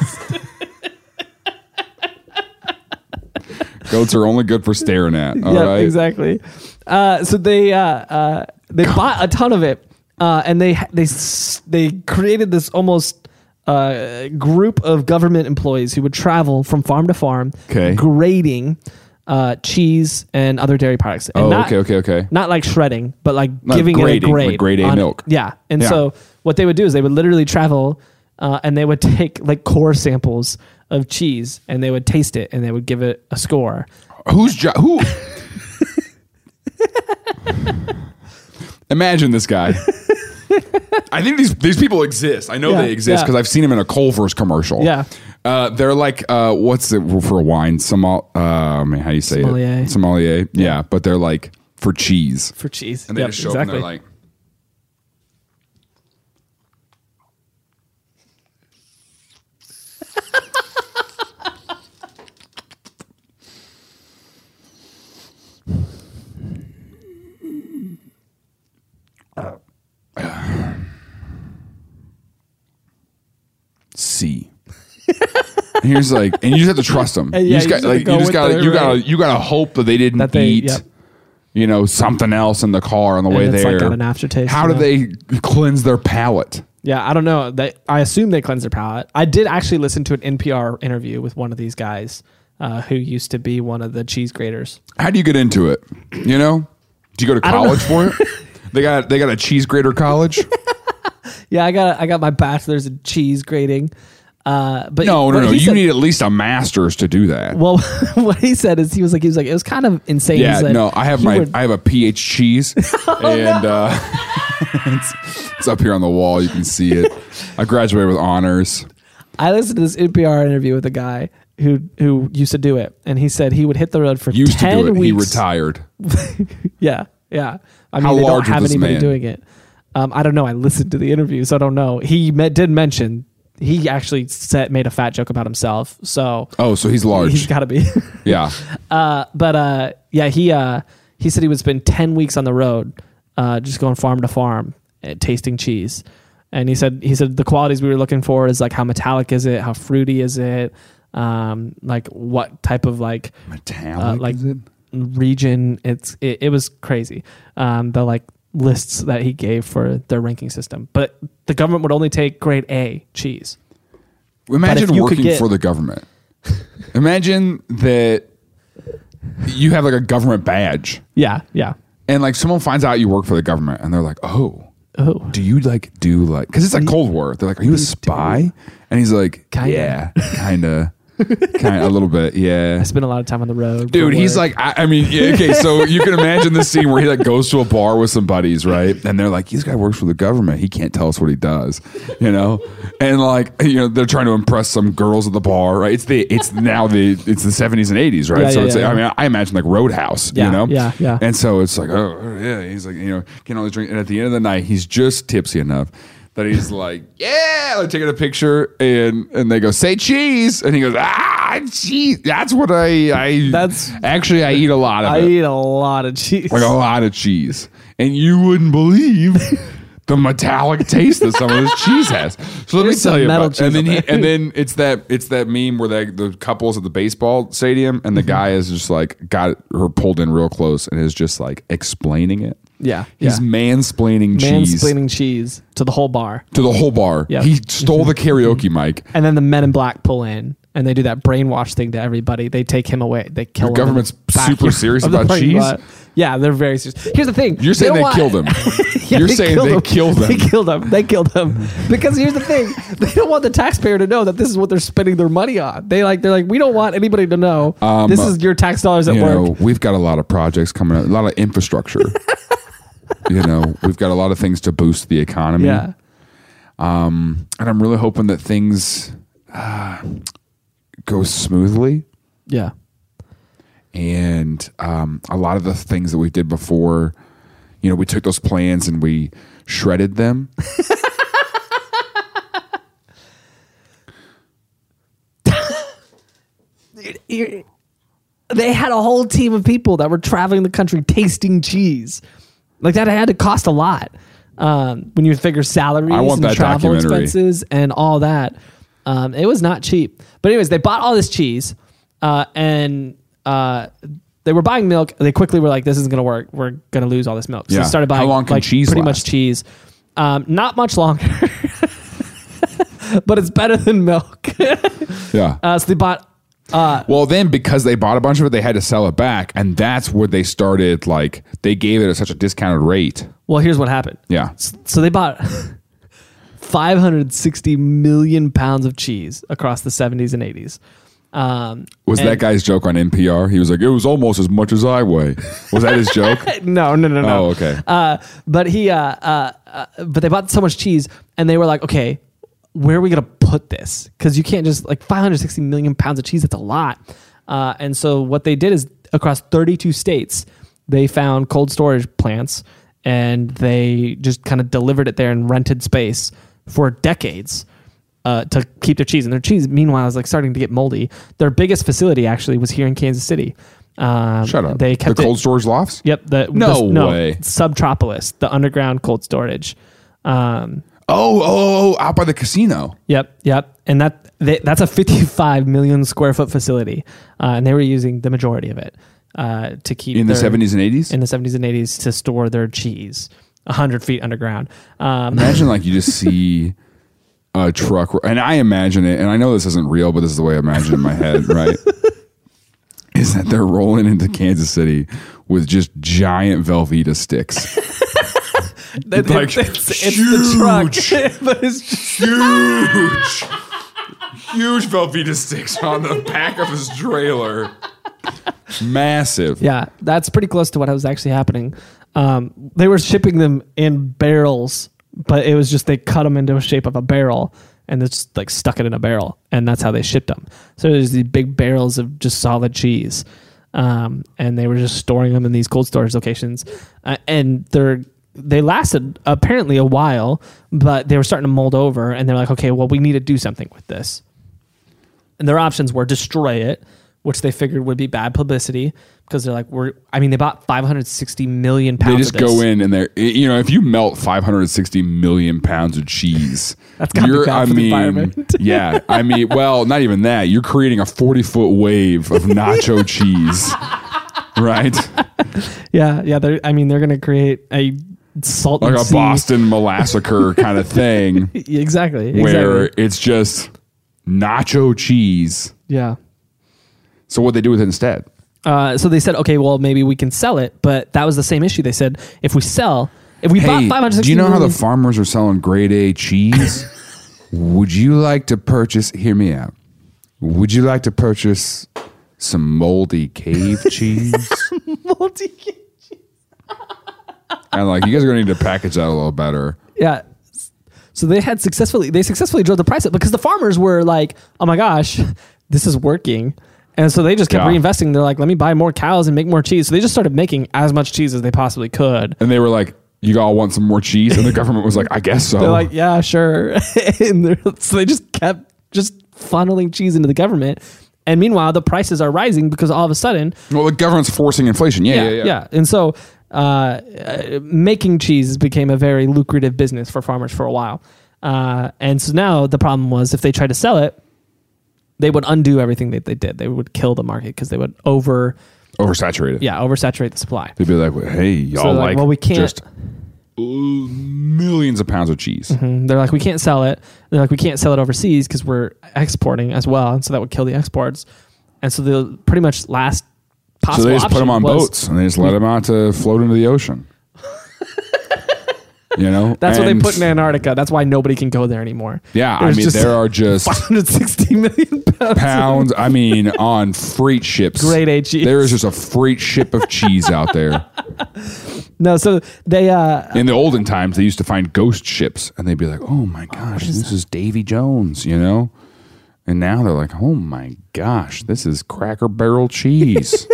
[SPEAKER 2] goats are only good for staring at. All right.
[SPEAKER 1] yeah, exactly. Uh, so they uh, uh, they bought a ton of it, uh, and they they s- they created this almost uh, group of government employees who would travel from farm to farm,
[SPEAKER 2] Okay.
[SPEAKER 1] grading uh, cheese and other dairy products. And
[SPEAKER 2] Oh, okay, okay, okay.
[SPEAKER 1] Not like shredding, but like giving
[SPEAKER 2] grading,
[SPEAKER 1] it a
[SPEAKER 2] like
[SPEAKER 1] grade,
[SPEAKER 2] grade A
[SPEAKER 1] on it.
[SPEAKER 2] milk.
[SPEAKER 1] Yeah, and
[SPEAKER 2] Yeah.
[SPEAKER 1] so what they would do is they would literally travel. Uh, and they would take like core samples of cheese and they would taste it and they would give it a score
[SPEAKER 2] Who's jo- who? Imagine this guy. I think these these people exist. I know
[SPEAKER 1] Yeah,
[SPEAKER 2] they exist
[SPEAKER 1] yeah.
[SPEAKER 2] because I've seen them in a Culver's commercial.
[SPEAKER 1] Yeah.
[SPEAKER 2] Uh, they're like, uh, what's it for wine? Somal, uh, I mean, how do you say
[SPEAKER 1] Sommelier.
[SPEAKER 2] it? Sommelier. Yeah. but they're like for cheese.
[SPEAKER 1] for cheese.
[SPEAKER 2] And they
[SPEAKER 1] Yep,
[SPEAKER 2] just show up and they're like, Here's like, and you just have to trust them.
[SPEAKER 1] Yeah,
[SPEAKER 2] you just
[SPEAKER 1] you
[SPEAKER 2] got
[SPEAKER 1] just have
[SPEAKER 2] like
[SPEAKER 1] to go
[SPEAKER 2] you just
[SPEAKER 1] with
[SPEAKER 2] got
[SPEAKER 1] the-
[SPEAKER 2] to you got to
[SPEAKER 1] right.
[SPEAKER 2] you got to hope that they didn't
[SPEAKER 1] That they-
[SPEAKER 2] eat,
[SPEAKER 1] yep.
[SPEAKER 2] you know, something else in the car on the way
[SPEAKER 1] it's
[SPEAKER 2] there.
[SPEAKER 1] like got an aftertaste,
[SPEAKER 2] How
[SPEAKER 1] you
[SPEAKER 2] do
[SPEAKER 1] know?
[SPEAKER 2] they cleanse their palate?
[SPEAKER 1] Yeah, I don't know. They, I assume they cleanse their palate. I did actually listen to an NPR interview with one of these guys uh, who used to be one of the cheese graters.
[SPEAKER 2] How do you get into it? You know, do you go to
[SPEAKER 1] don't
[SPEAKER 2] college for it? They got they got a cheese grater college.
[SPEAKER 1] Yeah, I got I got my bachelor's in cheese grating. Uh, but
[SPEAKER 2] No, no,
[SPEAKER 1] what
[SPEAKER 2] no.
[SPEAKER 1] he
[SPEAKER 2] You
[SPEAKER 1] said-
[SPEAKER 2] need at least a master's to do that.
[SPEAKER 1] Well, what he said is he was like he was like it was kind of insane.
[SPEAKER 2] yeah,
[SPEAKER 1] He's like,
[SPEAKER 2] no. I have
[SPEAKER 1] he
[SPEAKER 2] my
[SPEAKER 1] would- Oh,
[SPEAKER 2] I have a pH cheese, and uh, it's, it's up here on the wall. You can see it. I graduated with honors.
[SPEAKER 1] I listened to this NPR interview with a guy who who used to do it, and he said he would hit the road for
[SPEAKER 2] Used to
[SPEAKER 1] ten
[SPEAKER 2] do it. He
[SPEAKER 1] weeks.
[SPEAKER 2] retired.
[SPEAKER 1] yeah, yeah. I mean,
[SPEAKER 2] How
[SPEAKER 1] they
[SPEAKER 2] large was
[SPEAKER 1] don't have
[SPEAKER 2] this
[SPEAKER 1] anybody
[SPEAKER 2] man?
[SPEAKER 1] doing it. Um, I don't know. I listened to the interview, so I don't know. He me- did mention he actually said made a fat joke about himself, so
[SPEAKER 2] Oh, so he's large.
[SPEAKER 1] he's got to be.
[SPEAKER 2] yeah.
[SPEAKER 1] uh, but uh, yeah, he uh, he said he would spend ten weeks on the road, uh, just going farm to farm, uh, tasting cheese. And he said he said the qualities we were looking for is like how metallic is it, how fruity is it, um, like what type of like
[SPEAKER 2] Metallic.
[SPEAKER 1] Uh, like-
[SPEAKER 2] is it?
[SPEAKER 1] region. It's it, it was crazy. Um, the like lists that he gave for their ranking system, but the government would only take grade A cheese. if
[SPEAKER 2] Imagine
[SPEAKER 1] you could
[SPEAKER 2] working
[SPEAKER 1] get-
[SPEAKER 2] for the government. Imagine that you have like a government badge,
[SPEAKER 1] Yeah, yeah.
[SPEAKER 2] and like someone finds out you work for the government, and they're like, "Oh,
[SPEAKER 1] Oh,
[SPEAKER 2] do you like do like?" Because it's like Cold War. They're like, "Are you a spy?" And he's like,
[SPEAKER 1] Kinda.
[SPEAKER 2] "Yeah, kind of, kind of, a little bit, yeah."
[SPEAKER 1] I spend a lot of time on the road,
[SPEAKER 2] Dude,
[SPEAKER 1] for
[SPEAKER 2] he's
[SPEAKER 1] work.
[SPEAKER 2] like, I, I mean, yeah, okay, so you can imagine this scene where he like goes to a bar with some buddies, right? And they're like, this guy works for the government. He can't tell us what he does, you know? And like, you know, they're trying to impress some girls at the bar, right? It's the, it's now the, it's the 70s and 80s, right?
[SPEAKER 1] Yeah,
[SPEAKER 2] so
[SPEAKER 1] yeah,
[SPEAKER 2] it's,
[SPEAKER 1] yeah,
[SPEAKER 2] I
[SPEAKER 1] yeah.
[SPEAKER 2] mean, I imagine like Roadhouse,
[SPEAKER 1] Yeah,
[SPEAKER 2] you know?
[SPEAKER 1] yeah, yeah.
[SPEAKER 2] And so it's like, oh, yeah. He's like, you know, can only drink. And at the end of the night, he's just tipsy enough. That he's like, yeah, like taking a picture, and and they go, say cheese, and he goes, ah, cheese. That's what I, I
[SPEAKER 1] That's-
[SPEAKER 2] actually I eat a lot of
[SPEAKER 1] I
[SPEAKER 2] it,
[SPEAKER 1] eat a lot of cheese.
[SPEAKER 2] like a lot of cheese, and you wouldn't believe the metallic taste that some of this cheese has. So let
[SPEAKER 1] There's
[SPEAKER 2] me tell
[SPEAKER 1] some
[SPEAKER 2] you
[SPEAKER 1] metal
[SPEAKER 2] about.
[SPEAKER 1] cheese
[SPEAKER 2] And then
[SPEAKER 1] on
[SPEAKER 2] he,
[SPEAKER 1] there.
[SPEAKER 2] and then it's that it's that meme where the the couples at the baseball stadium, and the
[SPEAKER 1] Mm-hmm.
[SPEAKER 2] guy is just like got her pulled in real close, and is just like explaining it.
[SPEAKER 1] Yeah,
[SPEAKER 2] He's
[SPEAKER 1] yeah.
[SPEAKER 2] mansplaining cheese
[SPEAKER 1] mansplaining cheese to the whole bar.
[SPEAKER 2] to the whole bar.
[SPEAKER 1] Yeah. Mm-hmm.
[SPEAKER 2] He stole the karaoke mic.
[SPEAKER 1] And then the men in black pull in and they do that brainwash thing to everybody. They take him away. They kill him. in
[SPEAKER 2] government's
[SPEAKER 1] the back
[SPEAKER 2] super
[SPEAKER 1] of
[SPEAKER 2] serious
[SPEAKER 1] the
[SPEAKER 2] about
[SPEAKER 1] parking
[SPEAKER 2] cheese?
[SPEAKER 1] lot. Yeah, they're very serious. Here's the thing.
[SPEAKER 2] You're
[SPEAKER 1] don't
[SPEAKER 2] saying they
[SPEAKER 1] want-
[SPEAKER 2] killed him.
[SPEAKER 1] Yeah,
[SPEAKER 2] You're saying they
[SPEAKER 1] him.
[SPEAKER 2] killed him.
[SPEAKER 1] They killed him. They killed him. Because here's the thing. They don't want the taxpayer to know that this is what they're spending their money on. They like they're like, we don't want anybody to know
[SPEAKER 2] Um,
[SPEAKER 1] this is your tax dollars at
[SPEAKER 2] you
[SPEAKER 1] work.
[SPEAKER 2] know, we've got a lot of projects coming up, a lot of infrastructure. you know, we've got a lot of things to boost the economy.
[SPEAKER 1] yeah.
[SPEAKER 2] Um, and I'm really hoping that things uh, go smoothly.
[SPEAKER 1] Yeah.
[SPEAKER 2] And um, a lot of the things that we did before, you know, we took those plans and we shredded them.
[SPEAKER 1] they had a whole team of people that were traveling the country tasting cheese. Like that had to cost a lot um, when you figure salaries
[SPEAKER 2] I want
[SPEAKER 1] and
[SPEAKER 2] that
[SPEAKER 1] travel
[SPEAKER 2] documentary.
[SPEAKER 1] expenses and all that. Um, it was not cheap. But anyways, they bought all this cheese uh, and uh, they were buying milk. They quickly were like, "This isn't going to work. We're going to lose all this milk." So
[SPEAKER 2] Yeah.
[SPEAKER 1] they started
[SPEAKER 2] How
[SPEAKER 1] buying
[SPEAKER 2] long can
[SPEAKER 1] like,
[SPEAKER 2] cheese
[SPEAKER 1] pretty
[SPEAKER 2] last?
[SPEAKER 1] much cheese. Um, not much longer, but it's better than milk.
[SPEAKER 2] Yeah.
[SPEAKER 1] uh, so they bought
[SPEAKER 2] Well, then because they bought a bunch of it, they had to sell it back, and that's where they started. Like they gave it at such a discounted rate.
[SPEAKER 1] Well, here's what happened.
[SPEAKER 2] Yeah.
[SPEAKER 1] S- So they bought 560 million pounds of cheese across the 70s and 80s. Um,
[SPEAKER 2] Was that guy's joke on NPR? He was like, "It was almost as much as I weigh." Was that his joke?
[SPEAKER 1] no, no, no, no.
[SPEAKER 2] Oh, okay.
[SPEAKER 1] Uh, but he, uh, uh, uh, but they bought so much cheese, and they were like, okay, where are we gonna put this? Because you can't just like 560 million pounds of cheese. That's a lot. Uh, and so what they did is across 32 states, they found cold storage plants, and they just kind of delivered it there and rented space for decades. Uh, to keep their cheese and their cheese, meanwhile, is like starting to get moldy. Their biggest facility actually was here in Kansas City. Um,
[SPEAKER 2] Shut up.
[SPEAKER 1] They kept
[SPEAKER 2] the
[SPEAKER 1] it-
[SPEAKER 2] cold storage lofts.
[SPEAKER 1] Yep. The,
[SPEAKER 2] No
[SPEAKER 1] the-
[SPEAKER 2] way.
[SPEAKER 1] Subtropolis, the underground cold storage. Um,
[SPEAKER 2] Oh, oh, oh, out by the casino.
[SPEAKER 1] Yep, yep. And that they, that's a 55 million square foot facility, uh, and they were using the majority of it uh, to keep
[SPEAKER 2] In the
[SPEAKER 1] their-
[SPEAKER 2] 70s and 80s?
[SPEAKER 1] in the 70s and 80s to store their cheese 100 feet underground. Um,
[SPEAKER 2] Imagine like you just see a truck, and I imagine it, and I know this isn't real, but this is the way I imagine it in my head, right? Is that they're rolling into Kansas City with just giant Velveeta sticks.
[SPEAKER 1] it's,
[SPEAKER 2] like,
[SPEAKER 1] it's- it's the truck, but it's just-
[SPEAKER 2] Huge, huge Velveeta sticks on the back of his trailer. Massive.
[SPEAKER 1] Yeah, that's pretty close to what was actually happening. Um, they were shipping them in barrels, but it was just they cut them into a shape of a barrel and it's just, like stuck it in a barrel, and that's how they shipped them. So there's these big barrels of just solid cheese, um, and they were just storing them in these cold storage locations, uh, and they're they lasted apparently a while, but they were starting to mold over, and they're like, okay, well, we need to do something with this. And their options were destroy it, which they figured would be bad publicity because they're like, we're. I mean, they bought 560 million pounds.
[SPEAKER 2] They just
[SPEAKER 1] of this.
[SPEAKER 2] go in and they're, you know, if you melt 560 million pounds of cheese,
[SPEAKER 1] That's gotta be
[SPEAKER 2] you're-
[SPEAKER 1] bad for the environment.
[SPEAKER 2] yeah, I mean, well, not even that. You're creating a 40 foot wave of nacho cheese, right?
[SPEAKER 1] Yeah, yeah. They're. I mean, they're gonna create a salt
[SPEAKER 2] Like
[SPEAKER 1] and
[SPEAKER 2] a
[SPEAKER 1] sea-
[SPEAKER 2] Boston Molassacre kind of thing
[SPEAKER 1] Exactly.
[SPEAKER 2] where
[SPEAKER 1] Exactly.
[SPEAKER 2] it's just nacho cheese.
[SPEAKER 1] Yeah.
[SPEAKER 2] So what they do with it instead?
[SPEAKER 1] Uh, so they said, okay, well, maybe we can sell it, but that was the same issue. They said, if we sell, if we bought
[SPEAKER 2] Hey,
[SPEAKER 1] 560
[SPEAKER 2] do you know how the
[SPEAKER 1] million-
[SPEAKER 2] farmers are selling grade A cheese? Would you like to purchase? Hear me out. Would you like to purchase some moldy cave cheese?
[SPEAKER 1] multi-
[SPEAKER 2] and like, you guys are gonna need to package that a little better.
[SPEAKER 1] Yeah. So they had successfully they successfully drove the price up because the farmers were like, "Oh my gosh, this is working." And so they just kept
[SPEAKER 2] Yeah.
[SPEAKER 1] reinvesting. They're like, "Let me buy more cows and make more cheese." So they just started making as much cheese as they possibly could.
[SPEAKER 2] And they were like, "You all want some more cheese?" And the government was like, "I guess so."
[SPEAKER 1] They're like, "Yeah, sure." and they're- so they just kept just funneling cheese into the government. And meanwhile, the prices are rising because all of a sudden,
[SPEAKER 2] "Well, the government's forcing inflation." Yeah, yeah, yeah.
[SPEAKER 1] And so uh, uh, making cheese became a very lucrative business for farmers for a while. Uh, and so now the problem was if they tried to sell it, they would undo everything that they did. They would kill the market because they would over,
[SPEAKER 2] Oversaturated.
[SPEAKER 1] yeah, oversaturate the supply.
[SPEAKER 2] They'd be like, "Hey, y'all
[SPEAKER 1] So they're
[SPEAKER 2] like,
[SPEAKER 1] like, well, we can't.
[SPEAKER 2] just uh, millions of pounds of cheese."
[SPEAKER 1] And Hmm. they're like, we can't sell it. And they're like, we can't sell it overseas because we're exporting as well, and so that would kill the exports. And so the pretty much last
[SPEAKER 2] So
[SPEAKER 1] possible
[SPEAKER 2] they just put
[SPEAKER 1] option
[SPEAKER 2] them on
[SPEAKER 1] was-
[SPEAKER 2] boats and they just let them out to float into the ocean. you know,
[SPEAKER 1] That's what
[SPEAKER 2] And
[SPEAKER 1] they put in Antarctica. That's why nobody can go there anymore.
[SPEAKER 2] Yeah, I
[SPEAKER 1] There's
[SPEAKER 2] mean
[SPEAKER 1] just-
[SPEAKER 2] there are just
[SPEAKER 1] 160 million pounds.
[SPEAKER 2] pounds. I mean, on freight ships,
[SPEAKER 1] Grade A cheese.
[SPEAKER 2] There is just a freight ship of cheese out there.
[SPEAKER 1] No, so they uh
[SPEAKER 2] In the olden times, they used to find ghost ships, and they'd be like, "Oh my gosh, this is Davy Jones," you know. And now they're like, "Oh my gosh, this is Cracker Barrel cheese."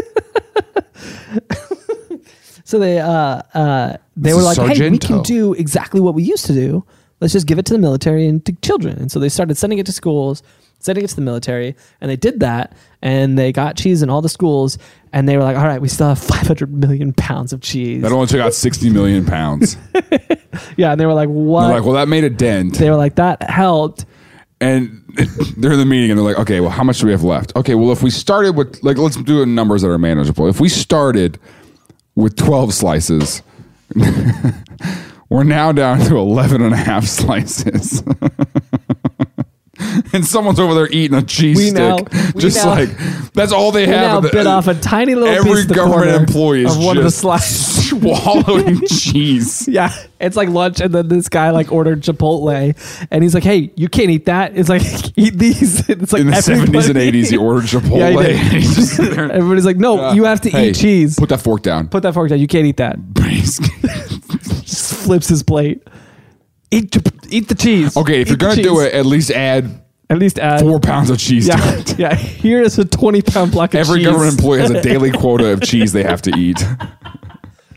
[SPEAKER 1] so they uh uh they
[SPEAKER 2] This
[SPEAKER 1] were like,
[SPEAKER 2] is
[SPEAKER 1] "Hey, we can
[SPEAKER 2] Sargento.
[SPEAKER 1] do exactly what we used to do. Let's just give it to the military and to children." And so they started sending it to schools, sending it to the military, and they did that and they got cheese in all the schools and they were like, "All right, we still have 500 million pounds of cheese."
[SPEAKER 2] that only took out sixty million pounds.
[SPEAKER 1] Yeah, and they were like, "What?"
[SPEAKER 2] They're like, "Well, that made a dent."
[SPEAKER 1] they were like, "That helped."
[SPEAKER 2] and they're in the meeting and they're like, okay, well, how much do we have left? Okay, well, if we started with, like, let's do it in numbers that are manageable. If we started with 12 slices, we're now down to 11 and a half slices. and someone's over there eating a cheese
[SPEAKER 1] We
[SPEAKER 2] stick.
[SPEAKER 1] now- we
[SPEAKER 2] just
[SPEAKER 1] now-
[SPEAKER 2] like, that's all they
[SPEAKER 1] We
[SPEAKER 2] have.
[SPEAKER 1] now
[SPEAKER 2] in the-
[SPEAKER 1] bit off a tiny little
[SPEAKER 2] every
[SPEAKER 1] piece of the
[SPEAKER 2] government
[SPEAKER 1] corner
[SPEAKER 2] employee is
[SPEAKER 1] of one of the
[SPEAKER 2] just
[SPEAKER 1] slices.
[SPEAKER 2] swallowing cheese.
[SPEAKER 1] Yeah, it's like lunch, and then this guy like ordered Chipotle, and he's like, "Hey, you can't eat that." It's like, "Eat these." And It's like
[SPEAKER 2] In the
[SPEAKER 1] everybody-
[SPEAKER 2] 70s and 80s, he ordered Chipotle.
[SPEAKER 1] Yeah, he did.
[SPEAKER 2] and he's just sitting there.
[SPEAKER 1] Everybody's like, "No, you have to
[SPEAKER 2] Uh, Hey,
[SPEAKER 1] eat cheese." Put,
[SPEAKER 2] Put that fork down.
[SPEAKER 1] that fork down. You can't eat that. Just flips his plate. Eat Chip- eat the cheese.
[SPEAKER 2] Okay, if
[SPEAKER 1] Eat
[SPEAKER 2] you're
[SPEAKER 1] the
[SPEAKER 2] gonna do
[SPEAKER 1] cheese.
[SPEAKER 2] it, at least add
[SPEAKER 1] at least add
[SPEAKER 2] four pounds of cheese. to
[SPEAKER 1] Yeah,
[SPEAKER 2] it.
[SPEAKER 1] yeah. Here is a twenty pound block of
[SPEAKER 2] Every
[SPEAKER 1] cheese.
[SPEAKER 2] government employee has a daily quota of cheese they have to eat.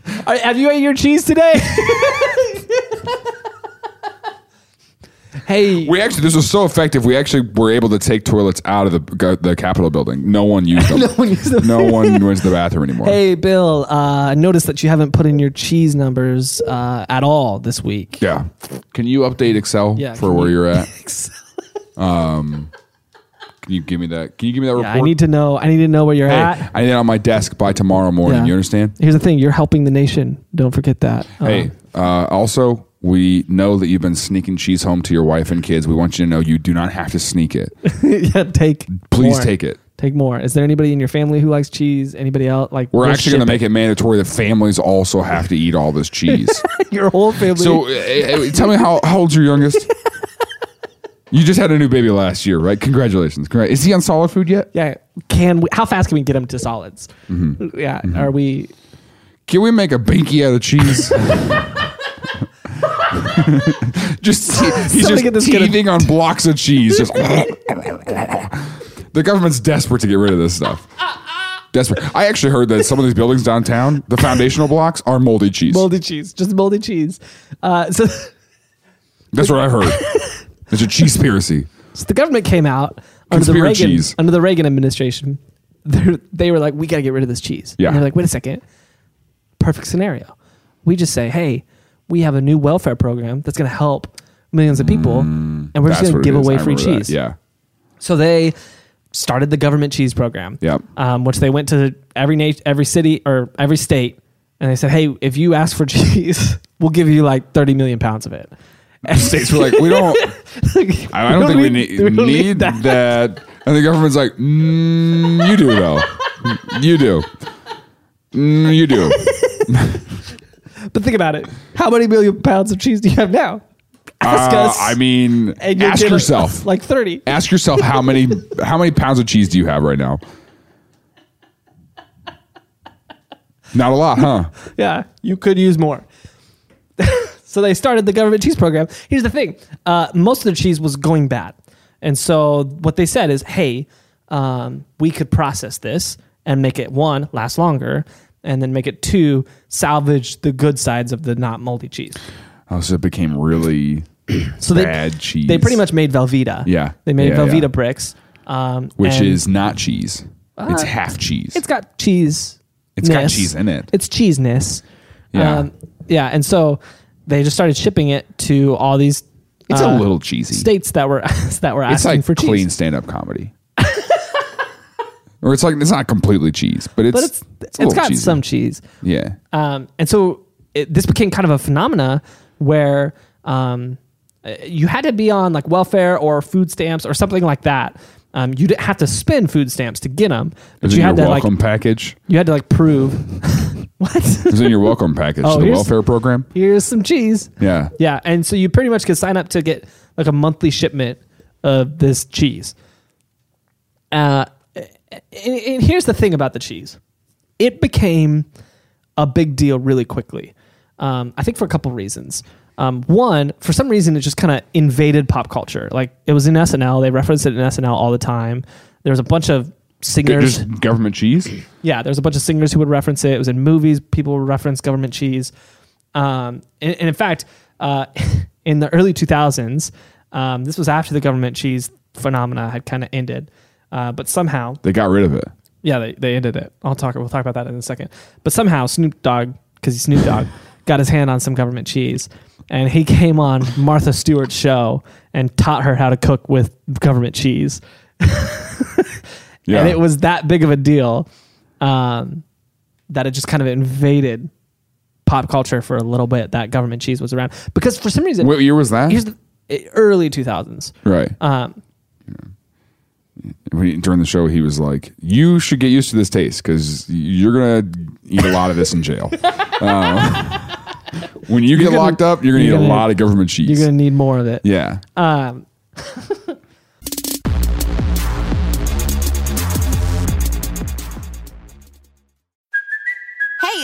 [SPEAKER 1] All right, have you ate your cheese today? Hey,
[SPEAKER 2] We actually, this was so effective. We actually were able to take toilets out of the the Capitol building. No one used them. no
[SPEAKER 1] one used them.
[SPEAKER 2] No one went to the bathroom anymore.
[SPEAKER 1] hey, Bill. Uh, I noticed that you haven't put in your cheese numbers uh, at all this week.
[SPEAKER 2] Yeah. Can you update Excel
[SPEAKER 1] Yeah,
[SPEAKER 2] for
[SPEAKER 1] can
[SPEAKER 2] where
[SPEAKER 1] you-
[SPEAKER 2] you, are at? Can you give me that? Can you give me that report?
[SPEAKER 1] I need to know. I need to know where you're
[SPEAKER 2] Hey,
[SPEAKER 1] at.
[SPEAKER 2] I need it on my desk by tomorrow morning.
[SPEAKER 1] Yeah.
[SPEAKER 2] You understand?
[SPEAKER 1] Here's the thing: you're helping the nation. Don't forget that. Um,
[SPEAKER 2] Hey, uh, also, we know that you've been sneaking cheese home to your wife and kids. We want you to know you do not have to sneak it.
[SPEAKER 1] yeah, take.
[SPEAKER 2] Please
[SPEAKER 1] more.
[SPEAKER 2] take it.
[SPEAKER 1] Take more. Is there anybody in your family who likes cheese? Anybody else? Like
[SPEAKER 2] We're
[SPEAKER 1] we'll
[SPEAKER 2] actually going
[SPEAKER 1] ship
[SPEAKER 2] to make it mandatory that families also have to eat all this cheese.
[SPEAKER 1] your whole family.
[SPEAKER 2] so, uh, uh, tell me how, how old's your youngest? You just had a new baby last year, right? Congratulations. Congra- Is he on solid food yet?
[SPEAKER 1] yeah, can we? How fast can we get them to solids?
[SPEAKER 2] Mm-hmm.
[SPEAKER 1] Yeah, are we?
[SPEAKER 2] Can we make a binky out of cheese? just he's
[SPEAKER 1] Somebody
[SPEAKER 2] just
[SPEAKER 1] get this kid a-
[SPEAKER 2] teething on blocks of cheese. Just the government's desperate to get rid of this stuff. Desperate. I actually heard that some of these buildings downtown, the foundational blocks are moldy cheese.
[SPEAKER 1] Moldy cheese, just moldy cheese. Uh, so,
[SPEAKER 2] That's what I heard. It's a cheese conspiracy.
[SPEAKER 1] so the government came out under the
[SPEAKER 2] Conspira
[SPEAKER 1] Reagan
[SPEAKER 2] cheese.
[SPEAKER 1] under the Reagan administration. They're- They were like, we got to get rid of this cheese.
[SPEAKER 2] Yeah.
[SPEAKER 1] And they're like, wait a second. Perfect scenario. We just say, hey, we have a new welfare program that's going to help millions of people, and we're just
[SPEAKER 2] Mm, That's
[SPEAKER 1] going
[SPEAKER 2] what
[SPEAKER 1] to
[SPEAKER 2] it
[SPEAKER 1] give
[SPEAKER 2] is.
[SPEAKER 1] away
[SPEAKER 2] I
[SPEAKER 1] free
[SPEAKER 2] remember that.
[SPEAKER 1] cheese.
[SPEAKER 2] Yeah.
[SPEAKER 1] So they started the government cheese program.
[SPEAKER 2] Yep.
[SPEAKER 1] Um, which they went to every na- every city or every state, and they said, "Hey, if you ask for cheese, we'll give you like thirty million pounds of it."
[SPEAKER 2] States were like, we don't. I don't, think we need,
[SPEAKER 1] we don't
[SPEAKER 2] need, that. And the government's like, mm, you do though. You do. Mm, you do.
[SPEAKER 1] But think about it: how many million pounds of cheese do you have now? Ask
[SPEAKER 2] Uh,
[SPEAKER 1] us.
[SPEAKER 2] I mean,
[SPEAKER 1] and you'll
[SPEAKER 2] ask
[SPEAKER 1] get
[SPEAKER 2] yourself.
[SPEAKER 1] like thirty.
[SPEAKER 2] ask yourself how many how many pounds of cheese do you have right now? Not a lot, huh?
[SPEAKER 1] Yeah, you could use more. so they started the government cheese program. Here's the thing: uh, most of the cheese was going bad, and so what they said is, "Hey, um, we could process this and make it one last longer, and then make it two salvage the good sides of the not moldy cheese."
[SPEAKER 2] Oh, so it became really
[SPEAKER 1] So
[SPEAKER 2] bad
[SPEAKER 1] they
[SPEAKER 2] cheese.
[SPEAKER 1] they pretty much made Velveeta.
[SPEAKER 2] Yeah.
[SPEAKER 1] they made
[SPEAKER 2] Yeah,
[SPEAKER 1] Velveeta
[SPEAKER 2] yeah.
[SPEAKER 1] bricks, um,
[SPEAKER 2] which
[SPEAKER 1] and
[SPEAKER 2] is not cheese. it's half cheese.
[SPEAKER 1] it's got cheese.
[SPEAKER 2] It's got cheese in it.
[SPEAKER 1] It's cheeseness. Um,
[SPEAKER 2] Yeah.
[SPEAKER 1] yeah, and so they just started shipping it to all these.
[SPEAKER 2] It's
[SPEAKER 1] uh,
[SPEAKER 2] a little cheesy.
[SPEAKER 1] states that were that were asking
[SPEAKER 2] it's like
[SPEAKER 1] for
[SPEAKER 2] clean
[SPEAKER 1] cheese.
[SPEAKER 2] stand up comedy. or it's like it's not completely cheese, but it's
[SPEAKER 1] But it's
[SPEAKER 2] a
[SPEAKER 1] it's
[SPEAKER 2] little
[SPEAKER 1] got
[SPEAKER 2] cheesy.
[SPEAKER 1] some cheese.
[SPEAKER 2] Yeah.
[SPEAKER 1] Um, and so it, this became kind of a phenomena where um, uh, you had to be on like welfare or food stamps or something like that. Um, you didn't have to spend food stamps to get them, but
[SPEAKER 2] It's
[SPEAKER 1] you
[SPEAKER 2] in
[SPEAKER 1] had
[SPEAKER 2] your
[SPEAKER 1] to
[SPEAKER 2] welcome
[SPEAKER 1] like
[SPEAKER 2] package.
[SPEAKER 1] you had to like prove what.
[SPEAKER 2] It's in your welcome package
[SPEAKER 1] Oh,
[SPEAKER 2] to the
[SPEAKER 1] here's-
[SPEAKER 2] welfare program.
[SPEAKER 1] Here's some cheese.
[SPEAKER 2] Yeah.
[SPEAKER 1] Yeah, and so you pretty much could sign up to get like a monthly shipment of this cheese. Uh, and, and here's the thing about the cheese, it became a big deal really quickly. Um, I think for a couple reasons. Um, one, for some reason, it just kind of invaded pop culture. Like it was in SNL, they referenced it in SNL all the time. There was a bunch of singers.
[SPEAKER 2] Just government cheese.
[SPEAKER 1] Yeah, there's a bunch of singers who would reference it. It was in movies. People would reference government cheese. Um, and, and in fact, uh, in the early 2000s, um, this was after the government cheese phenomena had kind of ended. Uh, but somehow,
[SPEAKER 2] They got rid of it.
[SPEAKER 1] yeah, they, they ended it. I'll talk. We'll talk about that in a second. But somehow Snoop Dogg, because he's Snoop Dogg, got his hand on some government cheese, and he came on Martha Stewart's show and taught her how to cook with government cheese.
[SPEAKER 2] Yeah.
[SPEAKER 1] And it was that big of a deal um, that it just kind of invaded pop culture for a little bit that government cheese was around. Because for some reason,
[SPEAKER 2] what year was that?
[SPEAKER 1] here's the eh, early 2000s.
[SPEAKER 2] right.
[SPEAKER 1] Um,
[SPEAKER 2] When he- during the show, he was like, "You should get used to this taste because you're gonna eat a lot of this in jail. Uh, when you get
[SPEAKER 1] gonna-
[SPEAKER 2] locked up, you're gonna
[SPEAKER 1] you're
[SPEAKER 2] eat
[SPEAKER 1] gonna-
[SPEAKER 2] a lot of government cheese.
[SPEAKER 1] you're going to need more of it.
[SPEAKER 2] yeah.
[SPEAKER 1] Um,
[SPEAKER 4] Hey,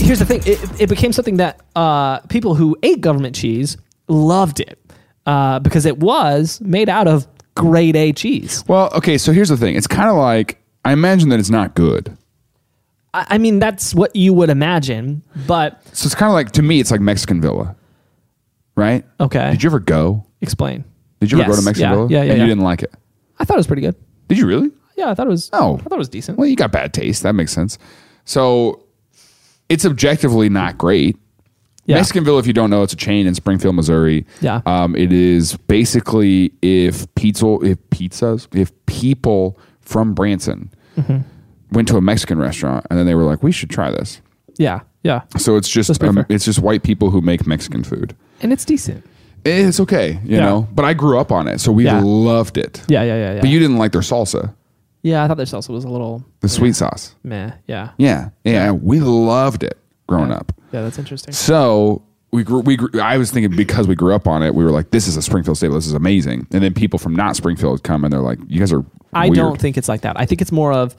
[SPEAKER 1] here's the thing it, it became something that uh, people who ate government cheese loved it uh, because it was made out of grade a cheese
[SPEAKER 2] Well, okay, so here's the thing. It's kind of like I imagine that it's not good.
[SPEAKER 1] I, I mean that's what you would imagine but
[SPEAKER 2] So it's kind of like to me, it's like Mexican Villa, right?
[SPEAKER 1] Okay.
[SPEAKER 2] Did you ever go?
[SPEAKER 1] explain
[SPEAKER 2] Did you ever go
[SPEAKER 1] Yes,
[SPEAKER 2] to Mexican
[SPEAKER 1] yeah,
[SPEAKER 2] Villa?
[SPEAKER 1] yeah, yeah,
[SPEAKER 2] And
[SPEAKER 1] yeah.
[SPEAKER 2] you didn't like it.
[SPEAKER 1] i thought it was pretty good
[SPEAKER 2] Did you really?
[SPEAKER 1] yeah i thought it was
[SPEAKER 2] Oh.
[SPEAKER 1] i thought it was decent
[SPEAKER 2] Well, you got bad taste. That makes sense. So it's objectively not great.
[SPEAKER 1] yeah
[SPEAKER 2] Mexicanville, if you don't know, it's a chain in Springfield, Missouri.
[SPEAKER 1] Yeah.
[SPEAKER 2] Um, it is basically if pizza, if pizzas, if people from Branson
[SPEAKER 1] Mm-hmm.
[SPEAKER 2] went to a Mexican restaurant and then they were like, "We should try this."
[SPEAKER 1] yeah yeah
[SPEAKER 2] So it's just
[SPEAKER 1] That's pretty
[SPEAKER 2] um,
[SPEAKER 1] fair.
[SPEAKER 2] it's just white people who make Mexican food.
[SPEAKER 1] and it's decent
[SPEAKER 2] It's okay, you
[SPEAKER 1] Yeah.
[SPEAKER 2] know. But I grew up on it, so we
[SPEAKER 1] Yeah.
[SPEAKER 2] loved it.
[SPEAKER 1] yeah yeah yeah yeah
[SPEAKER 2] But you didn't like their salsa,
[SPEAKER 1] yeah i thought their salsa was a little
[SPEAKER 2] the sweet sauce.
[SPEAKER 1] meh yeah
[SPEAKER 2] Yeah, yeah, we loved it growing up.
[SPEAKER 1] yeah that's interesting
[SPEAKER 2] So we grew, we grew, I was thinking because we grew up on it, we were like, this is a Springfield staple. This is amazing. And then people from not Springfield would come and they're like, you guys are.
[SPEAKER 1] I
[SPEAKER 2] weird.
[SPEAKER 1] don't think it's like that. I think it's more of